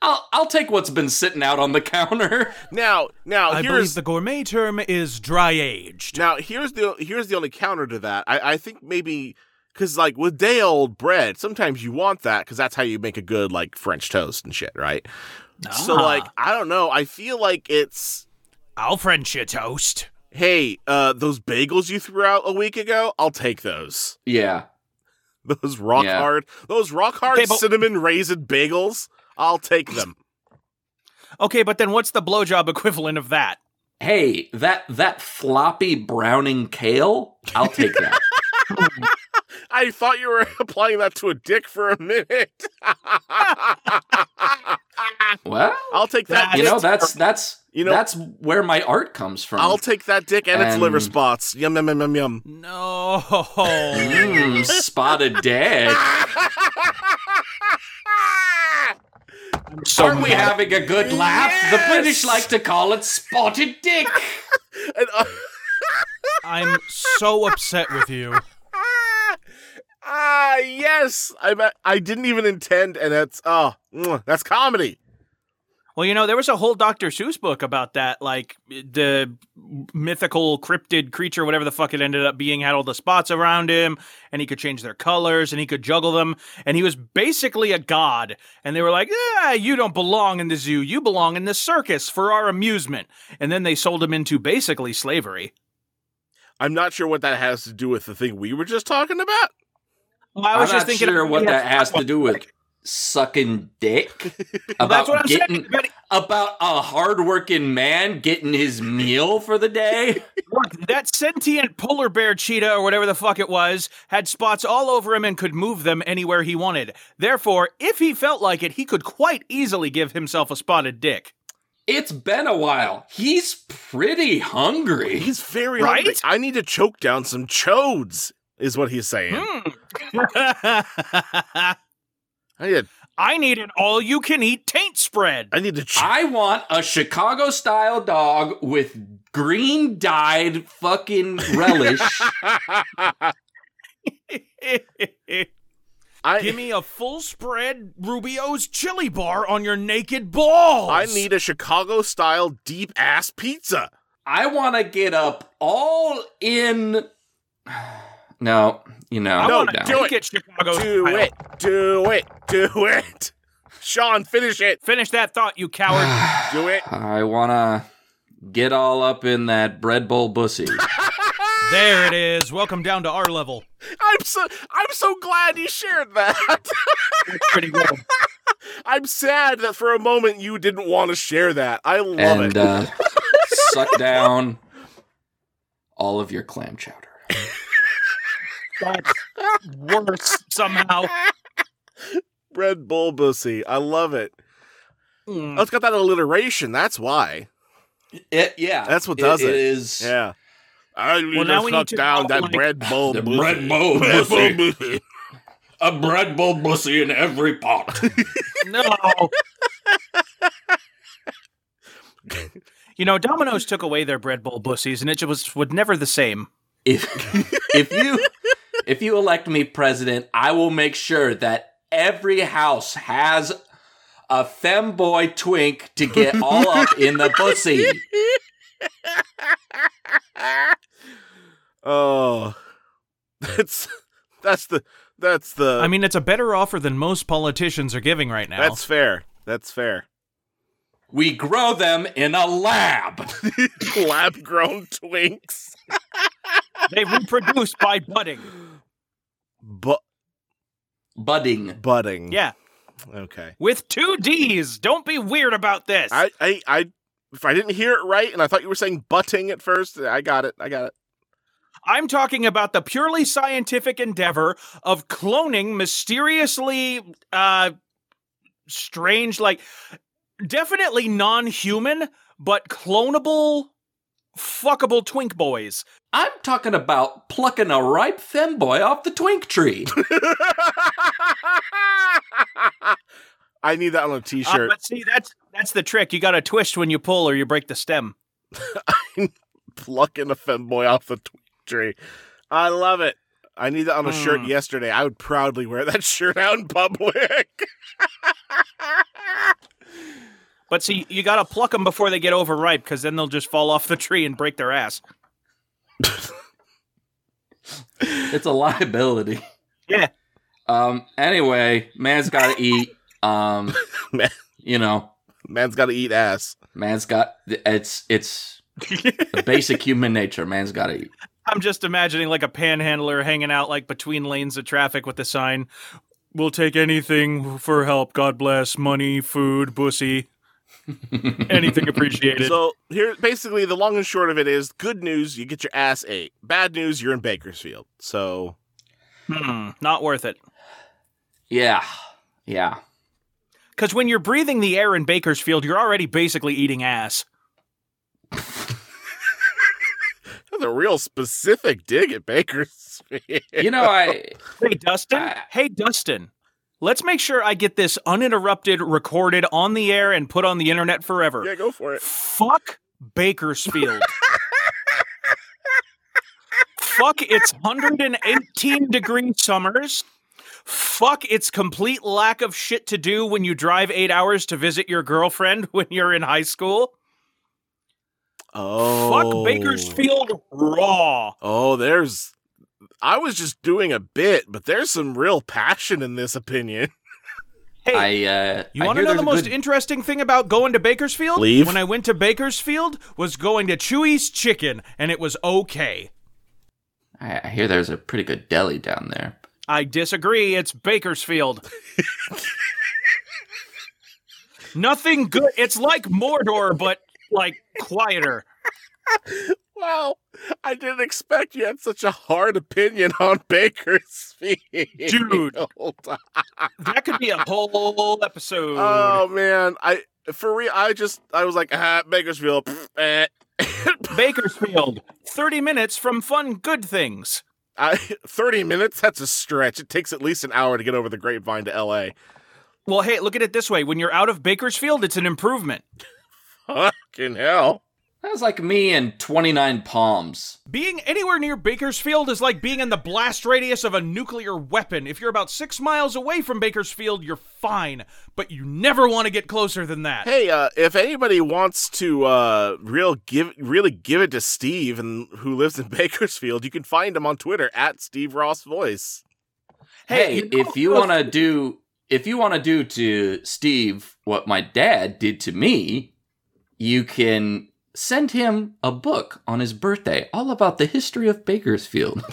[SPEAKER 4] I'll I'll take what's been sitting out on the counter.
[SPEAKER 2] Now, now
[SPEAKER 3] I believe
[SPEAKER 2] here's
[SPEAKER 3] the gourmet term is dry aged.
[SPEAKER 2] now here's the here's the only counter to that. I, I think maybe because like with day old bread, sometimes you want that because that's how you make a good like French toast and shit, right? So
[SPEAKER 3] Ah.
[SPEAKER 2] like I don't know. I feel like it's
[SPEAKER 3] I'll French your toast.
[SPEAKER 2] hey uh, those bagels you threw out a week ago. I'll take those.
[SPEAKER 4] Yeah.
[SPEAKER 2] Those rock
[SPEAKER 4] Yeah.
[SPEAKER 2] hard, those rock hard
[SPEAKER 3] Okay, but-
[SPEAKER 2] cinnamon raisin bagels. I'll take them.
[SPEAKER 3] Okay, but then what's the blowjob equivalent of that?
[SPEAKER 4] Hey, that that floppy browning kale, I'll take that.
[SPEAKER 2] I thought you were applying that to a dick for a minute.
[SPEAKER 4] well,
[SPEAKER 2] I'll take that.
[SPEAKER 3] That-
[SPEAKER 4] you
[SPEAKER 2] dick.
[SPEAKER 4] know that's that's
[SPEAKER 2] You
[SPEAKER 4] you
[SPEAKER 2] know-
[SPEAKER 4] know that's where my art comes from.
[SPEAKER 2] I'll take that dick and its liver
[SPEAKER 4] Um,
[SPEAKER 2] spots. Yum yum yum yum yum.
[SPEAKER 3] No.
[SPEAKER 4] Mm, spotted dick.
[SPEAKER 3] so
[SPEAKER 4] Aren't we having a good laugh? The British like to call it spotted dick.
[SPEAKER 2] And, uh,
[SPEAKER 3] I'm so upset with you.
[SPEAKER 2] ah yes, I bet I didn't even intend, and that's oh, mwah, that's ah, comedy.
[SPEAKER 3] Well, you know, there was a whole Dr. Seuss book about that, like the mythical cryptid creature, whatever the fuck it ended up being, had all the spots around him, and he could change their colors, and he could juggle them, and he was basically a god. And they were like, "Yeah, you don't belong in the zoo. You belong in the circus for our amusement." And then they sold him into basically slavery.
[SPEAKER 2] I'm not sure what that has to do with the thing we were just talking about.
[SPEAKER 3] Well, I
[SPEAKER 4] I'm
[SPEAKER 3] was
[SPEAKER 4] not
[SPEAKER 3] just thinking
[SPEAKER 4] sure what that has to do with
[SPEAKER 3] Well,
[SPEAKER 4] sucking dick. about
[SPEAKER 3] that's what I'm
[SPEAKER 4] getting
[SPEAKER 3] saying. But
[SPEAKER 4] about a hardworking man getting his meal for the day.
[SPEAKER 3] Look, that sentient polar bear cheetah or whatever the fuck it was had spots all over him and could move them anywhere he wanted. Therefore, if he felt like it, he could quite easily give himself a spotted dick.
[SPEAKER 4] It's been a while. He's pretty hungry.
[SPEAKER 2] He's very
[SPEAKER 3] Right?
[SPEAKER 2] hungry. I need to choke down some chodes, is what he's saying. I need,
[SPEAKER 3] I need an all you can eat taint spread.
[SPEAKER 2] I need to. Ch-
[SPEAKER 4] I want a Chicago style dog with green dyed fucking relish.
[SPEAKER 2] I,
[SPEAKER 3] Give me a full spread Rubio's chili bar on your naked balls.
[SPEAKER 2] I need a Chicago style deep ass pizza.
[SPEAKER 4] I want to get up all in. No, you know.
[SPEAKER 3] I
[SPEAKER 2] No,
[SPEAKER 3] want to
[SPEAKER 2] do
[SPEAKER 3] take it, Chicago.
[SPEAKER 2] Do
[SPEAKER 3] style.
[SPEAKER 2] it. Do it. Do it. Sean, finish it.
[SPEAKER 3] Finish that thought, you coward.
[SPEAKER 2] Do it.
[SPEAKER 4] I want to get all up in that bread bowl bussy.
[SPEAKER 3] there it is. Welcome down to our level.
[SPEAKER 2] I'm so I'm so glad you shared that.
[SPEAKER 3] Pretty good.
[SPEAKER 2] I'm sad that for a moment you didn't want to share that. I love
[SPEAKER 4] and
[SPEAKER 2] it.
[SPEAKER 4] uh, suck down all of your clam chowder.
[SPEAKER 3] That's worse somehow.
[SPEAKER 2] Red Bull Bussy. I love it.
[SPEAKER 3] Mm.
[SPEAKER 2] Oh, it's got that alliteration. That's why.
[SPEAKER 4] It, yeah,
[SPEAKER 2] That's what does it.
[SPEAKER 4] It is
[SPEAKER 2] Yeah. I need
[SPEAKER 3] Well, now we
[SPEAKER 2] to suck
[SPEAKER 3] need to
[SPEAKER 2] down
[SPEAKER 3] talk
[SPEAKER 2] that
[SPEAKER 3] like-
[SPEAKER 2] bread bowl.
[SPEAKER 4] The
[SPEAKER 2] Bussy.
[SPEAKER 4] Bread Bowl
[SPEAKER 2] Bread
[SPEAKER 4] Bussy.
[SPEAKER 2] Bowl Bussy.
[SPEAKER 4] a bread bowl bussy in every pot.
[SPEAKER 3] No. you know, Domino's took away their bread bowl bussies, and it was was never the same.
[SPEAKER 4] if if you if you elect me president, I will make sure that every house has a femboy twink to get all up in the bussy.
[SPEAKER 2] Oh. That's that's the that's the
[SPEAKER 3] I mean, it's a better offer than most politicians are giving right now.
[SPEAKER 2] that's fair. That's fair.
[SPEAKER 4] We grow them in a lab.
[SPEAKER 2] Lab grown twinks.
[SPEAKER 3] they reproduce by budding.
[SPEAKER 2] Bu-
[SPEAKER 4] Budding.
[SPEAKER 2] budding.
[SPEAKER 3] Yeah,
[SPEAKER 2] Okay.
[SPEAKER 3] with two D's. Don't be weird about this.
[SPEAKER 2] I, I, I, if I didn't hear it right, and I thought you were saying butting at first, I got it. I got it.
[SPEAKER 3] I'm talking about the purely scientific endeavor of cloning mysteriously uh strange like definitely non-human but clonable fuckable twink boys.
[SPEAKER 4] I'm talking about plucking a ripe femboy off the twink tree.
[SPEAKER 2] I need that on a
[SPEAKER 3] Uh,
[SPEAKER 2] t-shirt.
[SPEAKER 3] but see that's that's the trick. You got to twist when you pull or you break the stem.
[SPEAKER 2] Plucking a femboy off the tw- tree. I love it. I need that on a shirt
[SPEAKER 3] Mm.
[SPEAKER 2] yesterday. I would proudly wear that shirt out in public.
[SPEAKER 3] But see you got to pluck them before they get overripe cuz then they'll just fall off the tree and break their ass.
[SPEAKER 4] It's a liability.
[SPEAKER 3] Yeah.
[SPEAKER 4] Um. Anyway, man's got to eat. Um.
[SPEAKER 2] Man.
[SPEAKER 4] You know,
[SPEAKER 2] Man's got to eat ass.
[SPEAKER 4] man's got. It's it's the basic human nature. Man's got to eat.
[SPEAKER 3] I'm just imagining like a panhandler hanging out like between lanes of traffic with the sign, "We'll take anything for help. God bless. Money, food, bussy, anything appreciated."
[SPEAKER 2] So here, basically, the long and short of it is: good news, you get your ass ate. Bad news, you're in Bakersfield. So
[SPEAKER 3] Hmm, not worth it.
[SPEAKER 4] Yeah. Yeah.
[SPEAKER 3] Because when you're breathing the air in Bakersfield, you're already basically eating ass.
[SPEAKER 2] That's a real specific dig at Bakersfield.
[SPEAKER 4] You know, I
[SPEAKER 3] Hey Dustin.
[SPEAKER 4] Ah.
[SPEAKER 3] Hey Dustin. Let's make sure I get this uninterrupted, recorded on the air, and put on the internet forever.
[SPEAKER 2] yeah, go for it.
[SPEAKER 3] Fuck Bakersfield. Fuck its 118 degree summers. fuck its complete lack of shit to do when you drive eight hours to visit your girlfriend when you're in high school.
[SPEAKER 2] Oh.
[SPEAKER 3] Fuck Bakersfield raw.
[SPEAKER 2] Oh, there's. I was just doing a bit, but there's some real passion in this opinion.
[SPEAKER 4] I uh,
[SPEAKER 3] You
[SPEAKER 4] I
[SPEAKER 3] want to know
[SPEAKER 4] hear there's
[SPEAKER 3] the
[SPEAKER 4] a
[SPEAKER 3] most
[SPEAKER 4] good-
[SPEAKER 3] interesting thing about going to Bakersfield?
[SPEAKER 2] Leave.
[SPEAKER 3] When I went to Bakersfield, was going to Chewy's Chicken, and it was okay.
[SPEAKER 4] I I hear there's a pretty good deli down there.
[SPEAKER 3] I disagree. It's Bakersfield. Nothing good. It's like Mordor, but like quieter.
[SPEAKER 2] Wow, I didn't expect you had such a hard opinion on Bakersfield,
[SPEAKER 3] Dude. That could be a whole episode.
[SPEAKER 2] Oh man, I for real, I just I was like ah, Bakersfield. pff, eh.
[SPEAKER 3] Bakersfield, 30 minutes from fun, good things.
[SPEAKER 2] I, Thirty minutes? That's a stretch. It takes at least an hour to get over the Grapevine to L.A.
[SPEAKER 3] Well, hey, look at it this way. When you're out of Bakersfield, it's an improvement.
[SPEAKER 2] Fucking hell.
[SPEAKER 4] That was like me and 29 palms.
[SPEAKER 3] Being anywhere near Bakersfield is like being in the blast radius of a nuclear weapon. If you're about six miles away from Bakersfield, you're fine, but you never want to get closer than that.
[SPEAKER 2] Hey, uh, if anybody wants to uh, real give really give it to Steve and who lives in Bakersfield, you can find him on Twitter at Steve Ross Voice.
[SPEAKER 4] Hey,
[SPEAKER 3] you know-
[SPEAKER 4] if you want to do if you want to do to Steve what my dad did to me, you can send him a book on his birthday all about the history of Bakersfield.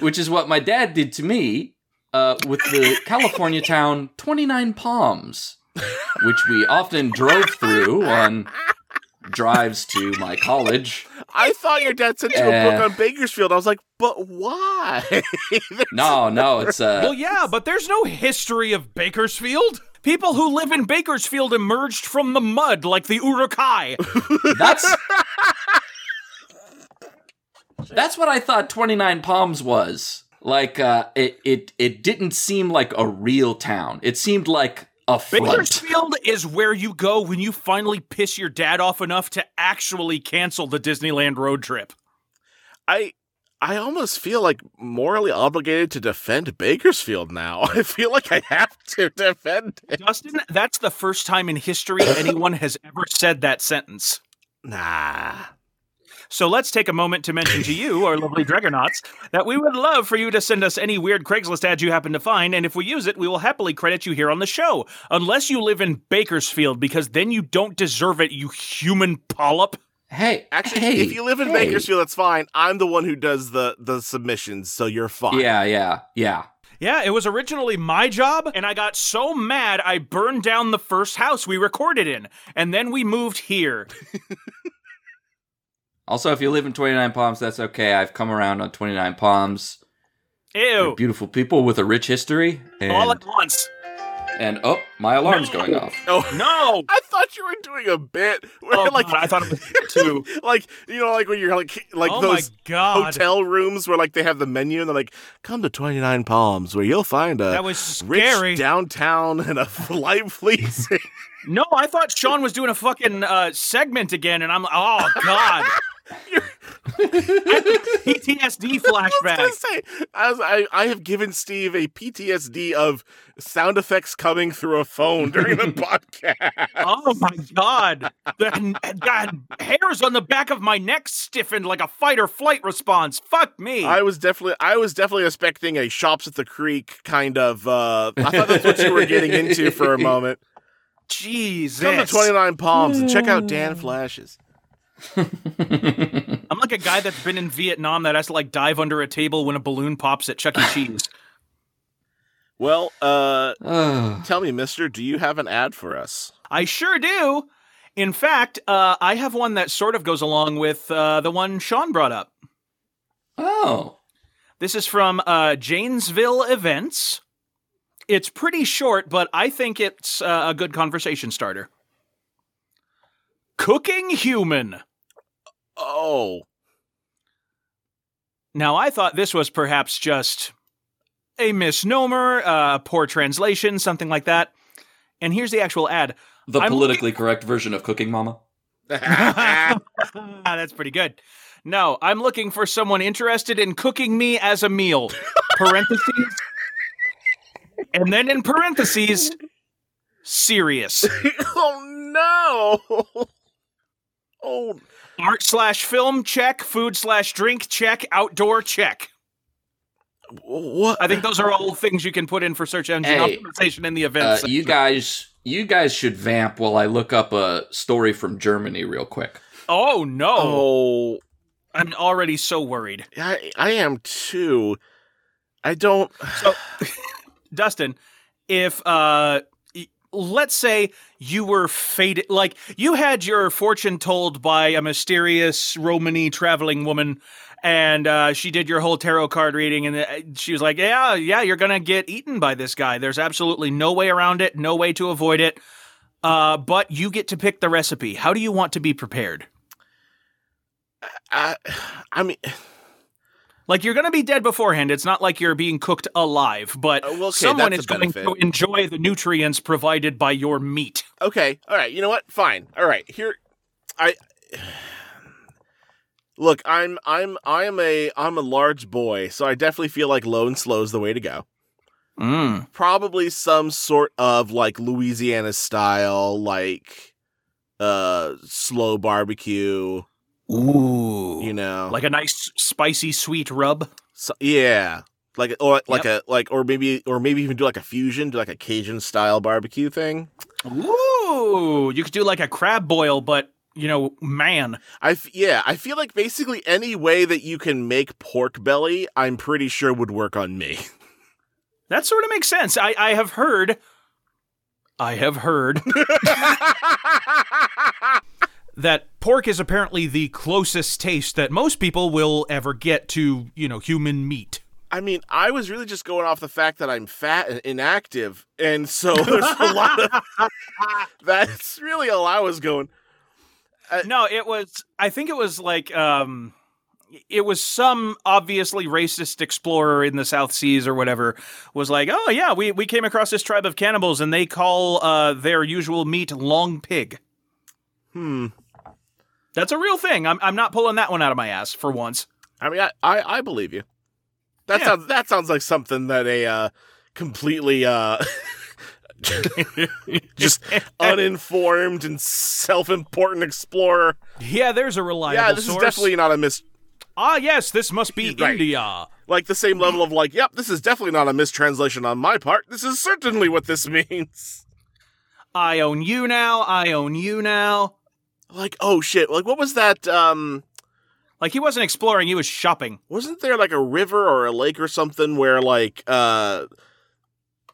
[SPEAKER 4] Which is what my dad did to me uh, with the California town 29 Palms, which we often drove through on drives to my college.
[SPEAKER 2] I thought your dad sent you a book
[SPEAKER 4] Uh.
[SPEAKER 2] on Bakersfield. I was like, but why?
[SPEAKER 4] No, no, it's uh,
[SPEAKER 3] Well, yeah, but there's no history of Bakersfield. People who live in Bakersfield emerged from the mud like the Urukai.
[SPEAKER 4] That's That's what I thought 29 Palms was. Like uh it it it didn't seem like a real town. It seemed like a front.
[SPEAKER 3] Bakersfield is where you go when you finally piss your dad off enough to actually cancel the Disneyland road trip.
[SPEAKER 2] I I almost feel like morally obligated to defend Bakersfield now. I feel like I have to defend it.
[SPEAKER 3] Justin, that's the first time in history anyone has ever said that sentence.
[SPEAKER 2] Nah.
[SPEAKER 3] So let's take a moment to mention to you, our lovely Dregonauts, that we would love for you to send us any weird Craigslist ad you happen to find, and if we use it, we will happily credit you here on the show. Unless you live in Bakersfield, because then you don't deserve it, you human polyp.
[SPEAKER 4] Hey,
[SPEAKER 2] Actually,
[SPEAKER 4] hey,
[SPEAKER 2] if you live in
[SPEAKER 4] hey.
[SPEAKER 2] Bakersfield, that's fine. I'm the one who does the the submissions, so you're fine.
[SPEAKER 4] Yeah, yeah, yeah.
[SPEAKER 3] Yeah, it was originally my job, and I got so mad I burned down the first house we recorded in, and then we moved here.
[SPEAKER 4] Also, if you live in 29 Palms, that's okay. I've come around on 29 Palms.
[SPEAKER 2] Oh.
[SPEAKER 4] They're
[SPEAKER 3] Ew.
[SPEAKER 4] Beautiful people with a rich history.
[SPEAKER 3] All
[SPEAKER 4] And,
[SPEAKER 3] at once.
[SPEAKER 4] and oh, my alarm's going off.
[SPEAKER 2] Oh,
[SPEAKER 3] No!
[SPEAKER 2] I thought you were doing a bit where
[SPEAKER 3] Oh,
[SPEAKER 2] like
[SPEAKER 3] God, I thought it was two.
[SPEAKER 2] like you know like when you're like like
[SPEAKER 3] oh
[SPEAKER 2] those
[SPEAKER 3] my god.
[SPEAKER 2] hotel rooms where like they have the menu and they're like come to 29 Palms where you'll find a
[SPEAKER 3] That was
[SPEAKER 2] rich
[SPEAKER 3] scary.
[SPEAKER 2] downtown and a lively city.
[SPEAKER 3] no, I thought Sean was doing a fucking uh, segment again, and I'm oh god. PTSD
[SPEAKER 2] I was
[SPEAKER 3] flashback.
[SPEAKER 2] gonna say, I, was- I, I have given Steve a PTSD of sound effects coming through a phone during the podcast.
[SPEAKER 3] Oh my god. The, god, hairs on the back of my neck stiffened like a fight or flight response. Fuck me.
[SPEAKER 2] I was definitely, I was definitely expecting a shops at the creek kind of. Uh, I thought that's what you were getting into for a moment.
[SPEAKER 3] Jesus.
[SPEAKER 2] Come to Twenty Nine Palms and check out Dan Flashes.
[SPEAKER 3] I'm like a guy that's been in Vietnam that has to like dive under a table when a balloon pops at Chuck E. Cheese.
[SPEAKER 2] Well, uh,
[SPEAKER 4] Ugh.
[SPEAKER 2] tell me, Mister, do you have an ad for us?
[SPEAKER 3] I sure do. In fact, uh, I have one that sort of goes along with uh, the one Sean brought up.
[SPEAKER 4] oh.
[SPEAKER 3] This is from uh, Janesville Events. It's pretty short, but I think it's uh, a good conversation starter. Cooking human.
[SPEAKER 2] Oh,
[SPEAKER 3] Now, I thought this was perhaps just a misnomer, uh, poor translation, something like that. And here's the actual ad.
[SPEAKER 4] The
[SPEAKER 3] I'm
[SPEAKER 4] politically correct version of Cooking Mama.
[SPEAKER 3] ah,
[SPEAKER 2] Oh,
[SPEAKER 3] that's pretty good. No, I'm looking for someone interested in cooking me as a meal. parentheses, and then in parentheses, serious
[SPEAKER 2] oh no! Oh,
[SPEAKER 3] art slash film check, food slash drink check, outdoor check.
[SPEAKER 2] what?
[SPEAKER 3] I think those are all things you can put in for search engine
[SPEAKER 4] Hey,
[SPEAKER 3] optimization in the
[SPEAKER 4] Uh,
[SPEAKER 3] events.
[SPEAKER 4] you guys, you guys should vamp while I look up a story from Germany real quick.
[SPEAKER 3] oh no,
[SPEAKER 2] Oh,
[SPEAKER 3] I'm already so worried.
[SPEAKER 2] I, I am too. I don't.
[SPEAKER 3] Dustin, if uh y- let's say you were fated like you had your fortune told by a mysterious Romany traveling woman and uh, she did your whole tarot card reading and uh, she was like, "Yeah, yeah, you're going to get eaten by this guy. There's absolutely no way around it, no way to avoid it." Uh, but you get to pick the recipe. How do you want to be prepared?
[SPEAKER 2] I, I mean,
[SPEAKER 3] Like you're going to be dead beforehand. It's not like you're being cooked alive, but
[SPEAKER 2] Uh, well, okay,
[SPEAKER 3] someone
[SPEAKER 2] that's
[SPEAKER 3] is
[SPEAKER 2] a
[SPEAKER 3] going to
[SPEAKER 2] benefit.
[SPEAKER 3] enjoy the nutrients provided by your meat.
[SPEAKER 2] okay, all right. You know what? Fine. All right. Here, I. Look, I'm I'm I'm a I'm a large boy, so I definitely feel like low and slow is the way to go.
[SPEAKER 3] Mm.
[SPEAKER 2] probably some sort of like Louisiana style, like uh slow barbecue,
[SPEAKER 3] Ooh.
[SPEAKER 2] you know.
[SPEAKER 3] Like a nice spicy sweet rub.
[SPEAKER 2] So- yeah. Like or like a like or maybe or maybe even do like a fusion, do like a Cajun style barbecue thing.
[SPEAKER 3] Ooh. You could do like a crab boil, but you know, man.
[SPEAKER 2] I f- yeah, I feel like basically any way that you can make pork belly, I'm pretty sure would work on me.
[SPEAKER 3] That sort of makes sense. I, I have heard I have heard that pork is apparently the closest taste that most people will ever get to, you know, human meat.
[SPEAKER 2] I mean, I was really just going off the fact that I'm fat and inactive, and so there's a lot of that's really all I was going.
[SPEAKER 3] No, it was. I think it was like um, it was some obviously racist explorer in the South Seas or whatever was like, oh yeah, we we came across this tribe of cannibals and they call uh their usual meat long pig.
[SPEAKER 2] Hmm.
[SPEAKER 3] That's a real thing. I'm I'm not pulling that one out of my ass for once.
[SPEAKER 2] I mean, I I, I believe you. That
[SPEAKER 3] Yeah.
[SPEAKER 2] sounds that sounds like something that a uh, completely uh, just uninformed and self-important explorer.
[SPEAKER 3] Yeah, there's a reliable
[SPEAKER 2] yeah, this
[SPEAKER 3] source.
[SPEAKER 2] is definitely not a mis
[SPEAKER 3] ah yes, this must be
[SPEAKER 2] Right.
[SPEAKER 3] India.
[SPEAKER 2] like the same level of like, yep, this is definitely not a mistranslation on my part. This is certainly what this means.
[SPEAKER 3] I own you now. I own you now.
[SPEAKER 2] Like, oh shit! Like, what was that? Um,
[SPEAKER 3] Like he wasn't exploring; he was shopping.
[SPEAKER 2] wasn't there like a river or a lake or something where like uh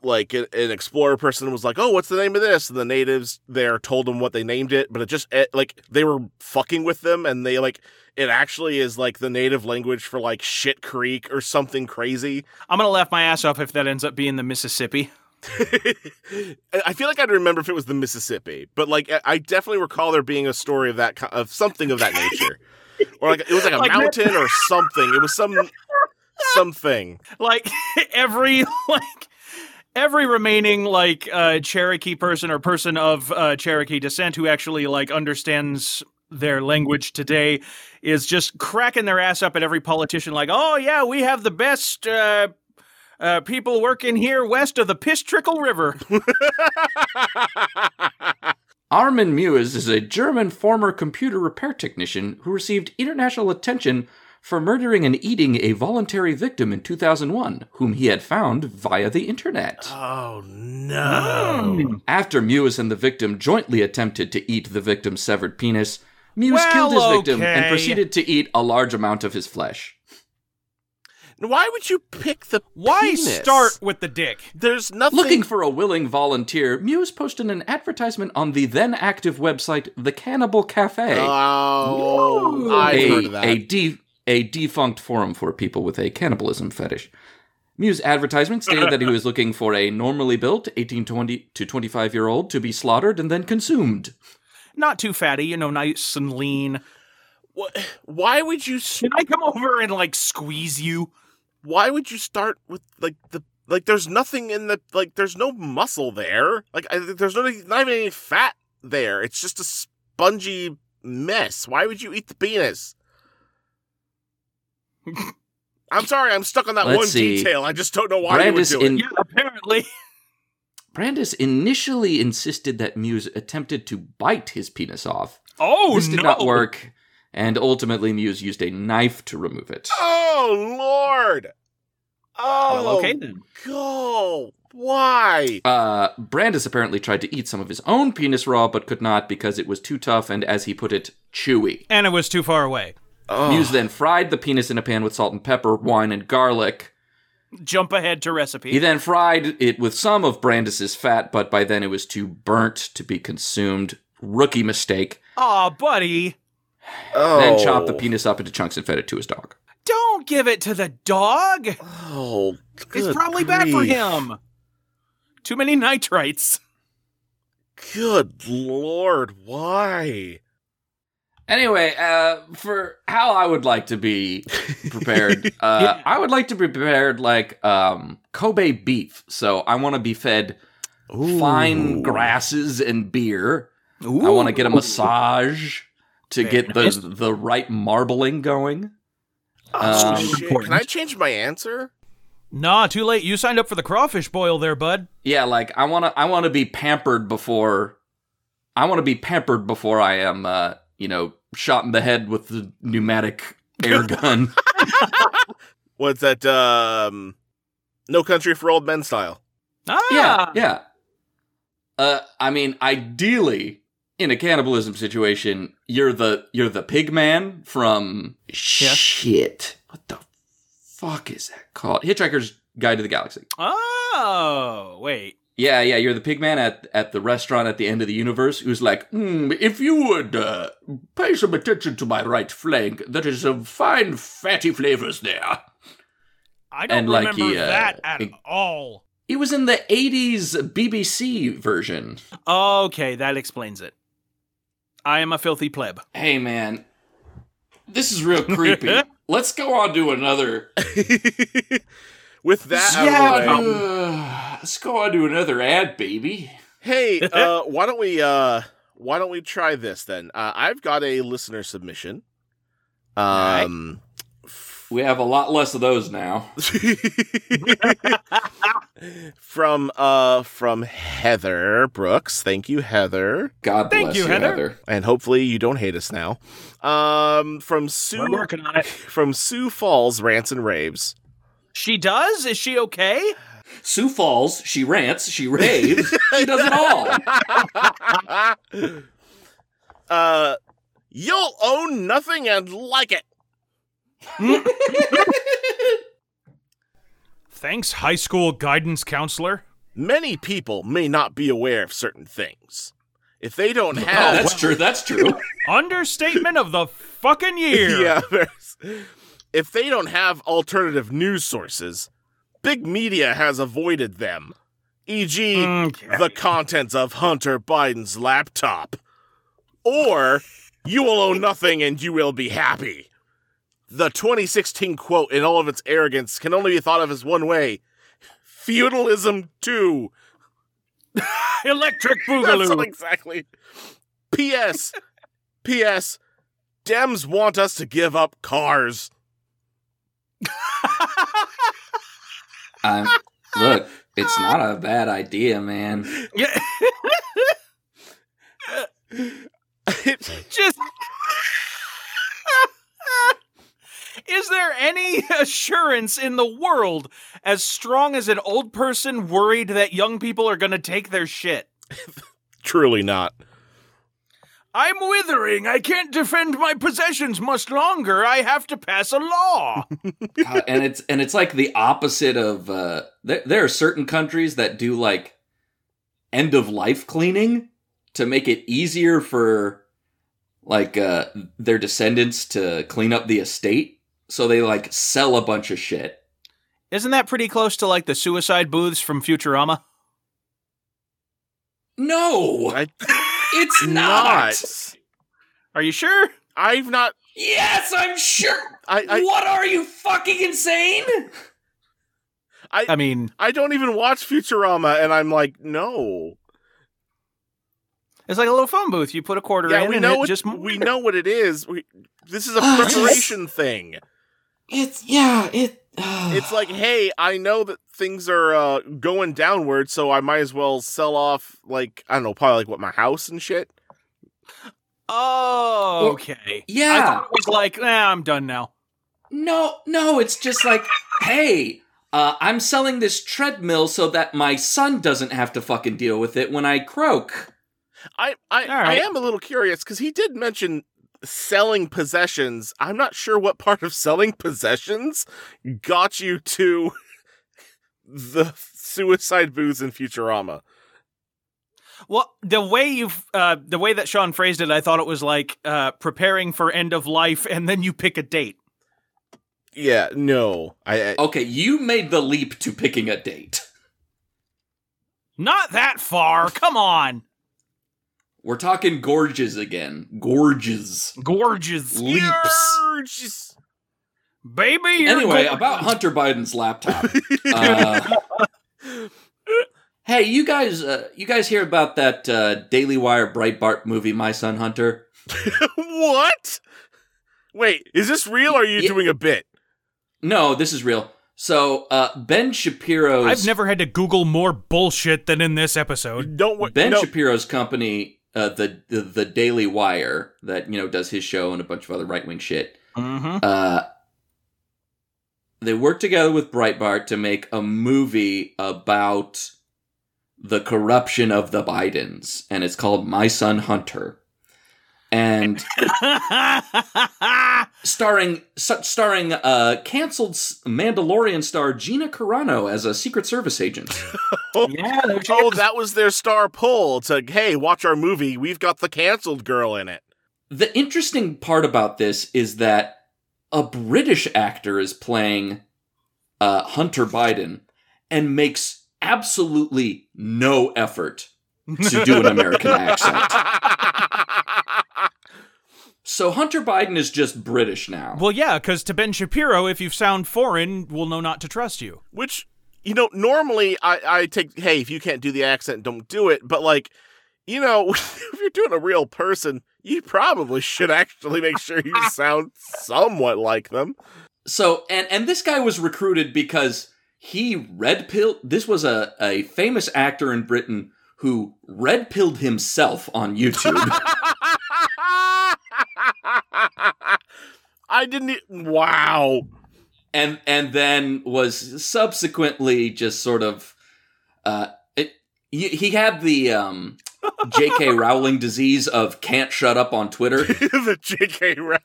[SPEAKER 2] like a- an explorer person was like oh what's the name of this and the natives there told them what they named it but it just it, like they were fucking with them and they like it actually is like the native language for like shit creek or something crazy
[SPEAKER 3] I'm gonna laugh my ass off if that ends up being the Mississippi.
[SPEAKER 2] I- i feel like i'd remember if it was the mississippi but like I- i definitely recall there being a story of that ki- of something of that nature or like it was like a
[SPEAKER 3] Like-
[SPEAKER 2] mountain or something it was some something
[SPEAKER 3] like every like every remaining like uh cherokee person or person of uh cherokee descent who actually like understands their language today is just cracking their ass up at every politician like oh yeah we have the best uh uh, people working here west of the Piss Trickle River.
[SPEAKER 4] Armin Mewes is a German former computer repair technician who received international attention for murdering and eating a voluntary victim in 2001, whom he had found via the internet.
[SPEAKER 3] Uh-huh.
[SPEAKER 2] Oh no!
[SPEAKER 4] After Mewes and the victim jointly attempted to eat the victim's severed penis, Mewes
[SPEAKER 3] Well,
[SPEAKER 4] killed his victim and
[SPEAKER 3] okay.
[SPEAKER 4] proceeded to eat a large amount of his flesh.
[SPEAKER 2] Why would you pick the
[SPEAKER 3] Why
[SPEAKER 2] penis?
[SPEAKER 3] start with the dick?
[SPEAKER 2] There's nothing.
[SPEAKER 4] Looking for a willing volunteer, Mewes posted an advertisement on the then active website The Cannibal Cafe.
[SPEAKER 2] Oh, I
[SPEAKER 4] a,
[SPEAKER 2] heard of that.
[SPEAKER 4] a de- a defunct forum for people with a cannibalism fetish. Mew's advertisement stated that he was looking for a normally built 18 to 20 to 25 year old to be slaughtered and then consumed.
[SPEAKER 3] Not too fatty, you know, nice and lean.
[SPEAKER 2] Wh- why would you? s-
[SPEAKER 3] Can I come over and like squeeze you?
[SPEAKER 2] Why would you start with like the like? There's nothing in the like. There's no muscle there. Like I, there's no not even any fat there. It's just a spongy mess. Why would you eat the penis? I'm sorry, I'm stuck on that
[SPEAKER 4] Let's
[SPEAKER 2] one
[SPEAKER 4] see.
[SPEAKER 2] detail. I just don't know why
[SPEAKER 4] Brandis
[SPEAKER 2] you would do
[SPEAKER 4] in,
[SPEAKER 3] Yeah, apparently.
[SPEAKER 4] Brandis initially insisted that Muse attempted to bite his penis off.
[SPEAKER 3] Oh
[SPEAKER 4] this did
[SPEAKER 3] no!
[SPEAKER 4] not work, and ultimately Muse used a knife to remove it.
[SPEAKER 2] it. Oh Lord! Oh,
[SPEAKER 3] Well, okay then.
[SPEAKER 2] Go. Why?
[SPEAKER 4] Uh, Brandis apparently tried to eat some of his own penis raw, but could not because it was too tough and, as he put it, chewy.
[SPEAKER 3] And it was too far away.
[SPEAKER 4] Muse then fried the penis in a pan with salt and pepper, wine, and garlic.
[SPEAKER 3] Jump ahead to recipe.
[SPEAKER 4] He then fried it with some of Brandis's fat, but by then it was too burnt to be consumed. Rookie mistake.
[SPEAKER 3] Aw, buddy,
[SPEAKER 2] Oh.
[SPEAKER 4] Then chopped the penis up into chunks and fed it to his dog.
[SPEAKER 3] don't give it to the dog.
[SPEAKER 2] Oh, good
[SPEAKER 3] it's probably bad for
[SPEAKER 2] grief.
[SPEAKER 3] him. Too many nitrites.
[SPEAKER 2] Good Lord, why?
[SPEAKER 4] Anyway, uh, for how I would like to be prepared, uh, I would like to be prepared like um, Kobe beef. So I want to be fed fine
[SPEAKER 2] Ooh.
[SPEAKER 4] grasses and beer. I want to get a massage to
[SPEAKER 3] Very
[SPEAKER 4] get
[SPEAKER 3] nice.
[SPEAKER 4] the the right marbling going.
[SPEAKER 2] Oh,
[SPEAKER 4] Um,
[SPEAKER 2] shit. Can I change my answer?
[SPEAKER 3] Nah, too late. You signed up for the crawfish boil there, bud.
[SPEAKER 4] Yeah, like I want to I want to be pampered before I want to be pampered before I am uh, you know, shot in the head with the pneumatic air gun.
[SPEAKER 2] What's that? Um, no country for old men style.
[SPEAKER 3] Ah,
[SPEAKER 4] yeah, yeah. Uh, I mean, ideally, in a cannibalism situation, you're the you're the pig man from shit. What the fuck is that called? Hitchhiker's Guide to the Galaxy.
[SPEAKER 3] Oh, wait.
[SPEAKER 4] Yeah, yeah, you're the pig man at at the restaurant at the end of the universe who's like, "Hmm, if you would uh, pay some attention to my right flank, there is some fine fatty flavors there.
[SPEAKER 3] I don't
[SPEAKER 4] And, like,
[SPEAKER 3] remember
[SPEAKER 4] he, uh,
[SPEAKER 3] that at
[SPEAKER 4] he-
[SPEAKER 3] all.
[SPEAKER 4] It was in the '80s BBC version.
[SPEAKER 3] Okay, that explains it. I am a filthy pleb.
[SPEAKER 4] Hey man, this is real creepy. Let's go on to another.
[SPEAKER 2] With that out of the way,
[SPEAKER 4] uh, let's go on to another ad, baby.
[SPEAKER 2] hey, uh, why don't we? Uh, why don't we try this then? Uh, I've got a listener submission. Um,
[SPEAKER 4] We have a lot less of those now.
[SPEAKER 2] from uh, from Heather Brooks. Thank you, Heather,
[SPEAKER 4] God
[SPEAKER 3] Thank
[SPEAKER 4] bless
[SPEAKER 3] you,
[SPEAKER 4] you,
[SPEAKER 3] Heather.
[SPEAKER 2] and hopefully you don't hate us now. Um, from Sue
[SPEAKER 3] We're working on it.
[SPEAKER 2] from Sioux Falls rants and raves.
[SPEAKER 3] She does? Is she okay?
[SPEAKER 4] Sioux Falls. She rants. She raves. she does it all.
[SPEAKER 2] uh, you'll own nothing and like it.
[SPEAKER 3] Thanks, high school guidance counselor.
[SPEAKER 2] Many people may not be aware of certain things. If they don't
[SPEAKER 4] Oh,
[SPEAKER 2] have,
[SPEAKER 4] that's true. That's true.
[SPEAKER 3] Understatement of the fucking year.
[SPEAKER 2] yeah, there's- if they don't have alternative news sources, big media has avoided them, e.g.,
[SPEAKER 3] Okay.
[SPEAKER 2] the contents of Hunter Biden's laptop. Or you will own nothing and you will be happy. The 2016 quote in all of its arrogance can only be thought of as one way feudalism too.
[SPEAKER 3] Electric
[SPEAKER 2] That's not
[SPEAKER 3] Boogaloo.
[SPEAKER 2] exactly. P.S. P.S. Dems want us to give up cars.
[SPEAKER 4] Um, look, it's not a bad idea, man.
[SPEAKER 3] Yeah. Just. Is there any assurance in the world as strong as an old person worried that young people are going to take their shit?
[SPEAKER 2] Truly not.
[SPEAKER 3] I'm withering. I can't defend my possessions much longer. I have to pass a law.
[SPEAKER 4] God, Uh, and it's and it's like the opposite of uh there, there are certain countries that do like end of life cleaning to make it easier for like uh their descendants to clean up the estate so they like sell a bunch of shit
[SPEAKER 3] Isn't that pretty close to like the suicide booths from Futurama?
[SPEAKER 4] no
[SPEAKER 2] I-
[SPEAKER 4] it's not,
[SPEAKER 3] Are you sure?
[SPEAKER 2] I've not.
[SPEAKER 4] yes i'm sure
[SPEAKER 2] I, I
[SPEAKER 4] what are you fucking insane
[SPEAKER 3] I mean,
[SPEAKER 2] I don't even watch Futurama, and I'm like, no.
[SPEAKER 3] it's like a little phone booth. You put a quarter
[SPEAKER 2] Yeah,
[SPEAKER 3] in
[SPEAKER 2] we
[SPEAKER 3] and
[SPEAKER 2] know
[SPEAKER 3] it
[SPEAKER 2] what
[SPEAKER 3] just
[SPEAKER 2] we know what it is. We, this is a
[SPEAKER 4] Ah,
[SPEAKER 2] preparation thing.
[SPEAKER 4] it's yeah it uh,
[SPEAKER 2] it's like, hey, I know that things are uh, going downward, so I might as well sell off, like, I don't know, probably like what my house and shit.
[SPEAKER 3] Oh, okay. I
[SPEAKER 4] yeah.
[SPEAKER 3] thought it was like, nah, I'm done now.
[SPEAKER 4] No, no, it's just like, hey, uh, I'm selling this treadmill so that my son doesn't have to fucking deal with it when I croak.
[SPEAKER 2] I I,
[SPEAKER 3] All right.
[SPEAKER 2] I am a little curious because he did mention selling possessions. I'm not sure what part of selling possessions got you to the suicide booze in Futurama.
[SPEAKER 3] Well, the way you, uh, the way that Sean phrased it, I thought it was like uh, preparing for end of life, and then you pick a date.
[SPEAKER 2] Yeah, no, I, I
[SPEAKER 4] Okay, you made the leap to picking a date.
[SPEAKER 3] Not that far. Come on,
[SPEAKER 4] We're talking gorges again. Gorges.
[SPEAKER 3] gorgeous
[SPEAKER 4] Leaps.
[SPEAKER 2] just
[SPEAKER 3] baby. You're
[SPEAKER 4] Anyway,
[SPEAKER 3] gorgeous.
[SPEAKER 4] about Hunter Biden's laptop. Uh, hey, you guys, uh, you guys hear about that uh, Daily Wire Breitbart movie, My Son Hunter?
[SPEAKER 2] what? Wait, is this real? Or are you
[SPEAKER 4] Yeah.
[SPEAKER 2] doing a bit?
[SPEAKER 4] No, this is real. So uh, Ben Shapiro's
[SPEAKER 1] I've never had to Google more bullshit than in this
[SPEAKER 3] Oh,
[SPEAKER 1] episode.
[SPEAKER 2] Don't wa-
[SPEAKER 4] Ben
[SPEAKER 2] no,
[SPEAKER 4] Shapiro's company, uh, the, the the Daily Wire, that you know does his show and a bunch of other right wing shit.
[SPEAKER 3] Mhm.
[SPEAKER 4] Uh, they worked together with Breitbart to make a movie about the corruption of the Bidens, and it's called My Son Hunter, and starring su- starring uh, canceled S- Mandalorian star Gina Carano as a Secret Service agent.
[SPEAKER 3] yeah, there she
[SPEAKER 2] Oh,
[SPEAKER 3] is.
[SPEAKER 2] that was their star pull to hey, watch our movie. We've got the canceled girl in it.
[SPEAKER 4] The interesting part about this is that a British actor is playing uh, Hunter Biden and makes absolutely no effort to do an American accent. So Hunter Biden is just British now.
[SPEAKER 1] Well, yeah, because to Ben Shapiro, if you sound foreign, we'll know not to trust you.
[SPEAKER 2] Which, you know, normally I, I take, hey, if you can't do the accent, don't do it. But, like, you know, if you're doing a real person, you probably should actually make sure you sound somewhat like them.
[SPEAKER 4] So and and this guy was recruited because he red pilled. This was a a famous actor in Britain who red pilled himself on YouTube.
[SPEAKER 2] I didn't. e- Wow.
[SPEAKER 4] and and then was subsequently just sort of uh it, he, he had the um jk rowling disease of can't shut up on twitter
[SPEAKER 2] the JK Rowling.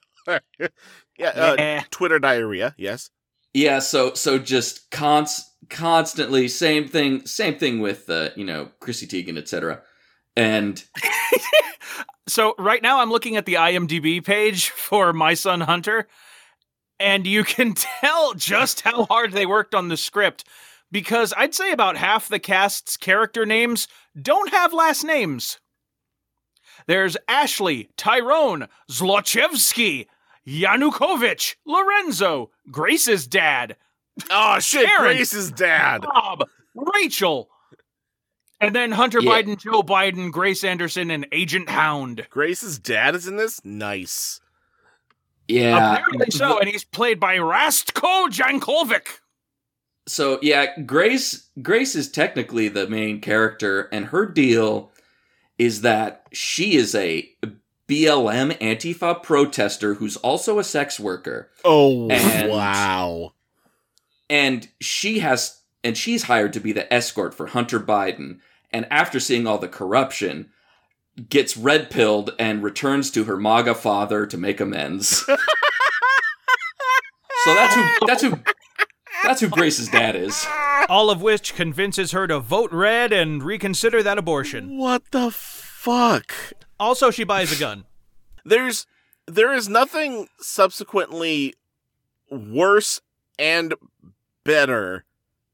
[SPEAKER 2] yeah, uh,
[SPEAKER 3] Yeah.
[SPEAKER 2] Twitter diarrhea, yes.
[SPEAKER 4] yeah so so just const constantly same thing same thing with uh you know chrissy teigen etc and
[SPEAKER 3] So right now I'm looking at the IMDb page for My Son Hunter, and you can tell just how hard they worked on the script because I'd say about half the cast's character names don't have last names. There's Ashley, Tyrone, Zlochevsky, Yanukovych, Lorenzo, Grace's dad,
[SPEAKER 2] Oh, shit.
[SPEAKER 3] Karen.
[SPEAKER 2] Grace's dad.
[SPEAKER 3] Bob, Rachel, and then Hunter
[SPEAKER 4] Yeah.
[SPEAKER 3] Biden, Joe Biden, Grace Anderson, and Agent Hound.
[SPEAKER 2] Grace's dad is in this? Nice.
[SPEAKER 4] yeah
[SPEAKER 3] Apparently so, and he's played by Rastko Jankovic.
[SPEAKER 4] so yeah grace grace is technically the main character and her deal is that she is a blm antifa protester who's also a sex worker
[SPEAKER 2] Oh,
[SPEAKER 4] And-
[SPEAKER 2] wow.
[SPEAKER 4] and she has and she's hired to be the escort for hunter biden and after seeing all the corruption gets red pilled and returns to her maga father to make amends so that's who that's who that's who grace's dad is
[SPEAKER 1] All of which convinces her to vote red and reconsider that abortion.
[SPEAKER 2] What the fuck?
[SPEAKER 1] Also, she buys a gun.
[SPEAKER 2] There's there is nothing subsequently worse and better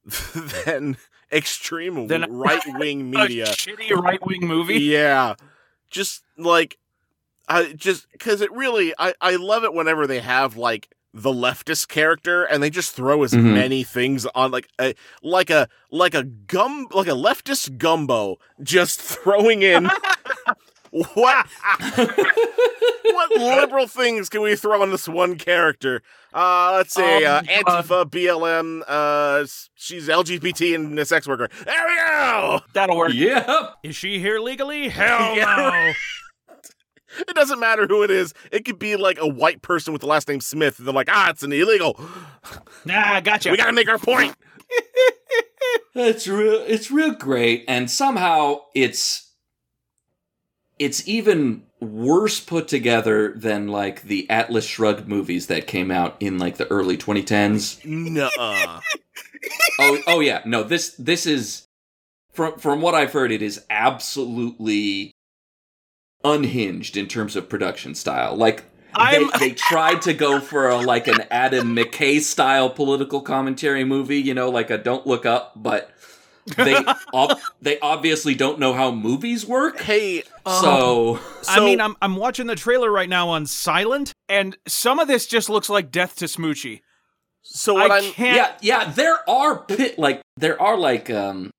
[SPEAKER 2] than extreme
[SPEAKER 3] Than-
[SPEAKER 2] right wing
[SPEAKER 3] A
[SPEAKER 2] media.
[SPEAKER 3] shitty right wing movie.
[SPEAKER 2] yeah. Just like I just cuz it really I I love it whenever they have like the leftist character and they just throw as
[SPEAKER 4] Mhm.
[SPEAKER 2] many things on like a like a like a gum like a leftist gumbo just throwing in Wow. what liberal things can we throw on this one character? Uh, let's see.
[SPEAKER 1] Um,
[SPEAKER 2] uh, Antifa, BLM, uh, s- she's LGBT and a sex worker. There we go.
[SPEAKER 1] That'll work.
[SPEAKER 4] Yep.
[SPEAKER 3] Is she here legally? Hell
[SPEAKER 2] Yeah,
[SPEAKER 3] no.
[SPEAKER 2] It doesn't matter who it is. It could be like a white person with the last name Smith, and they're like, ah, it's an illegal.
[SPEAKER 3] Nah, gotcha.
[SPEAKER 2] We got to make our point.
[SPEAKER 4] It's real it's real great and somehow it's it's even worse put together than like the Atlas Shrugged movies that came out in like the early 2010s.
[SPEAKER 2] Nuh-uh.
[SPEAKER 4] oh, oh yeah, no. This this is from from what I've heard, it is absolutely unhinged in terms of production style. Like they,
[SPEAKER 3] I'm-
[SPEAKER 4] they tried to go for a, like an Adam McKay style political commentary movie, you know, like a Don't Look Up, but they ob- they obviously don't know how movies work.
[SPEAKER 2] hey, uh,
[SPEAKER 4] So
[SPEAKER 3] I
[SPEAKER 2] So-
[SPEAKER 3] mean, uh, I'm I'm watching the trailer right now on silent, and some of this just looks like death to Smoochie.
[SPEAKER 2] so what
[SPEAKER 3] I
[SPEAKER 2] I'm.
[SPEAKER 3] can't.
[SPEAKER 4] yeah, yeah, there are pit like there are like um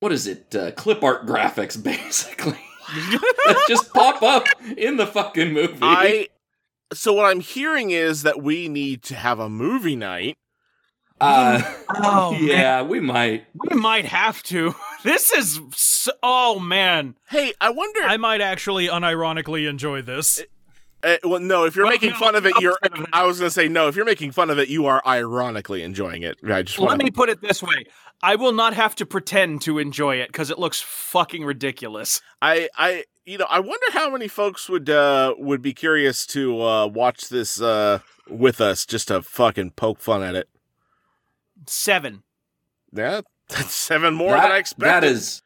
[SPEAKER 4] what is it? Uh, clip art graphics basically. that just pop up in the fucking movie.
[SPEAKER 2] I. So what I'm hearing is that we need to have a movie night.
[SPEAKER 4] uh,
[SPEAKER 3] Oh man,
[SPEAKER 4] yeah, we might.
[SPEAKER 3] we might have to. This is s oh man,
[SPEAKER 2] Hey, I wonder.
[SPEAKER 3] I might actually unironically enjoy this.
[SPEAKER 2] Uh, well, no, if you're
[SPEAKER 3] Well,
[SPEAKER 2] making
[SPEAKER 3] no,
[SPEAKER 2] fun of it,
[SPEAKER 3] the
[SPEAKER 2] you're.
[SPEAKER 3] opposite of that.
[SPEAKER 2] I was gonna say no. If you're making fun of it, you are ironically enjoying it. I just
[SPEAKER 3] Let
[SPEAKER 2] want.
[SPEAKER 3] me put it this way: I will not have to pretend to enjoy it because it looks fucking ridiculous.
[SPEAKER 2] I. I. You know. I wonder how many folks would uh would be curious to uh watch this uh with us just to fucking poke fun at it.
[SPEAKER 3] Seven.
[SPEAKER 2] Yeah, that's seven more
[SPEAKER 4] That-
[SPEAKER 2] than I expected.
[SPEAKER 4] that is.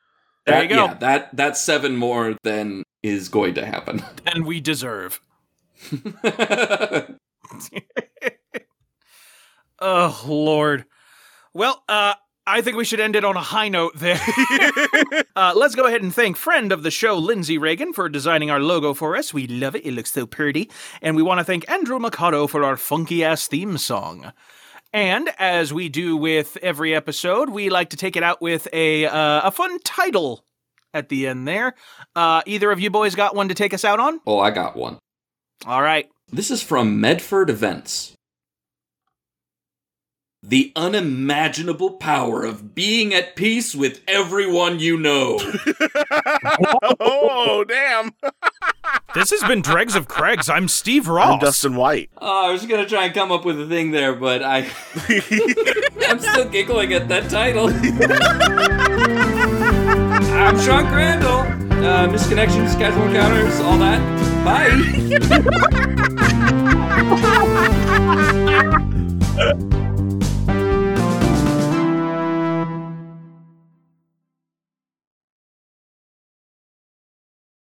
[SPEAKER 3] There
[SPEAKER 4] that-
[SPEAKER 3] you go.
[SPEAKER 4] Yeah, that that's seven more than is going to happen.
[SPEAKER 3] and we deserve. Oh Lord. Well, uh, I think we should end it on a high note there. uh, let's go ahead and thank friend of the show, Lindsay Reagan, for designing our logo for us. We love it. It looks so pretty. And we want to thank Andrew Mikado for our funky ass theme song. And as we do with every episode, we like to take it out with a uh, a fun title at the end there. Uh, either of you boys got one to take us out on?
[SPEAKER 4] oh, I got one.
[SPEAKER 3] All right.
[SPEAKER 4] This is from Medford Events. The unimaginable power of being at peace with everyone you know.
[SPEAKER 2] oh damn!
[SPEAKER 3] This has been Dregs of Craigs. I'm Steve Ross.
[SPEAKER 2] I'm Dustin White.
[SPEAKER 4] oh, I was gonna try and come up with a thing there, but I I'm still giggling at that title. I'm Sean Crandall. Uh, misconnections, casual encounters, all that. Bye.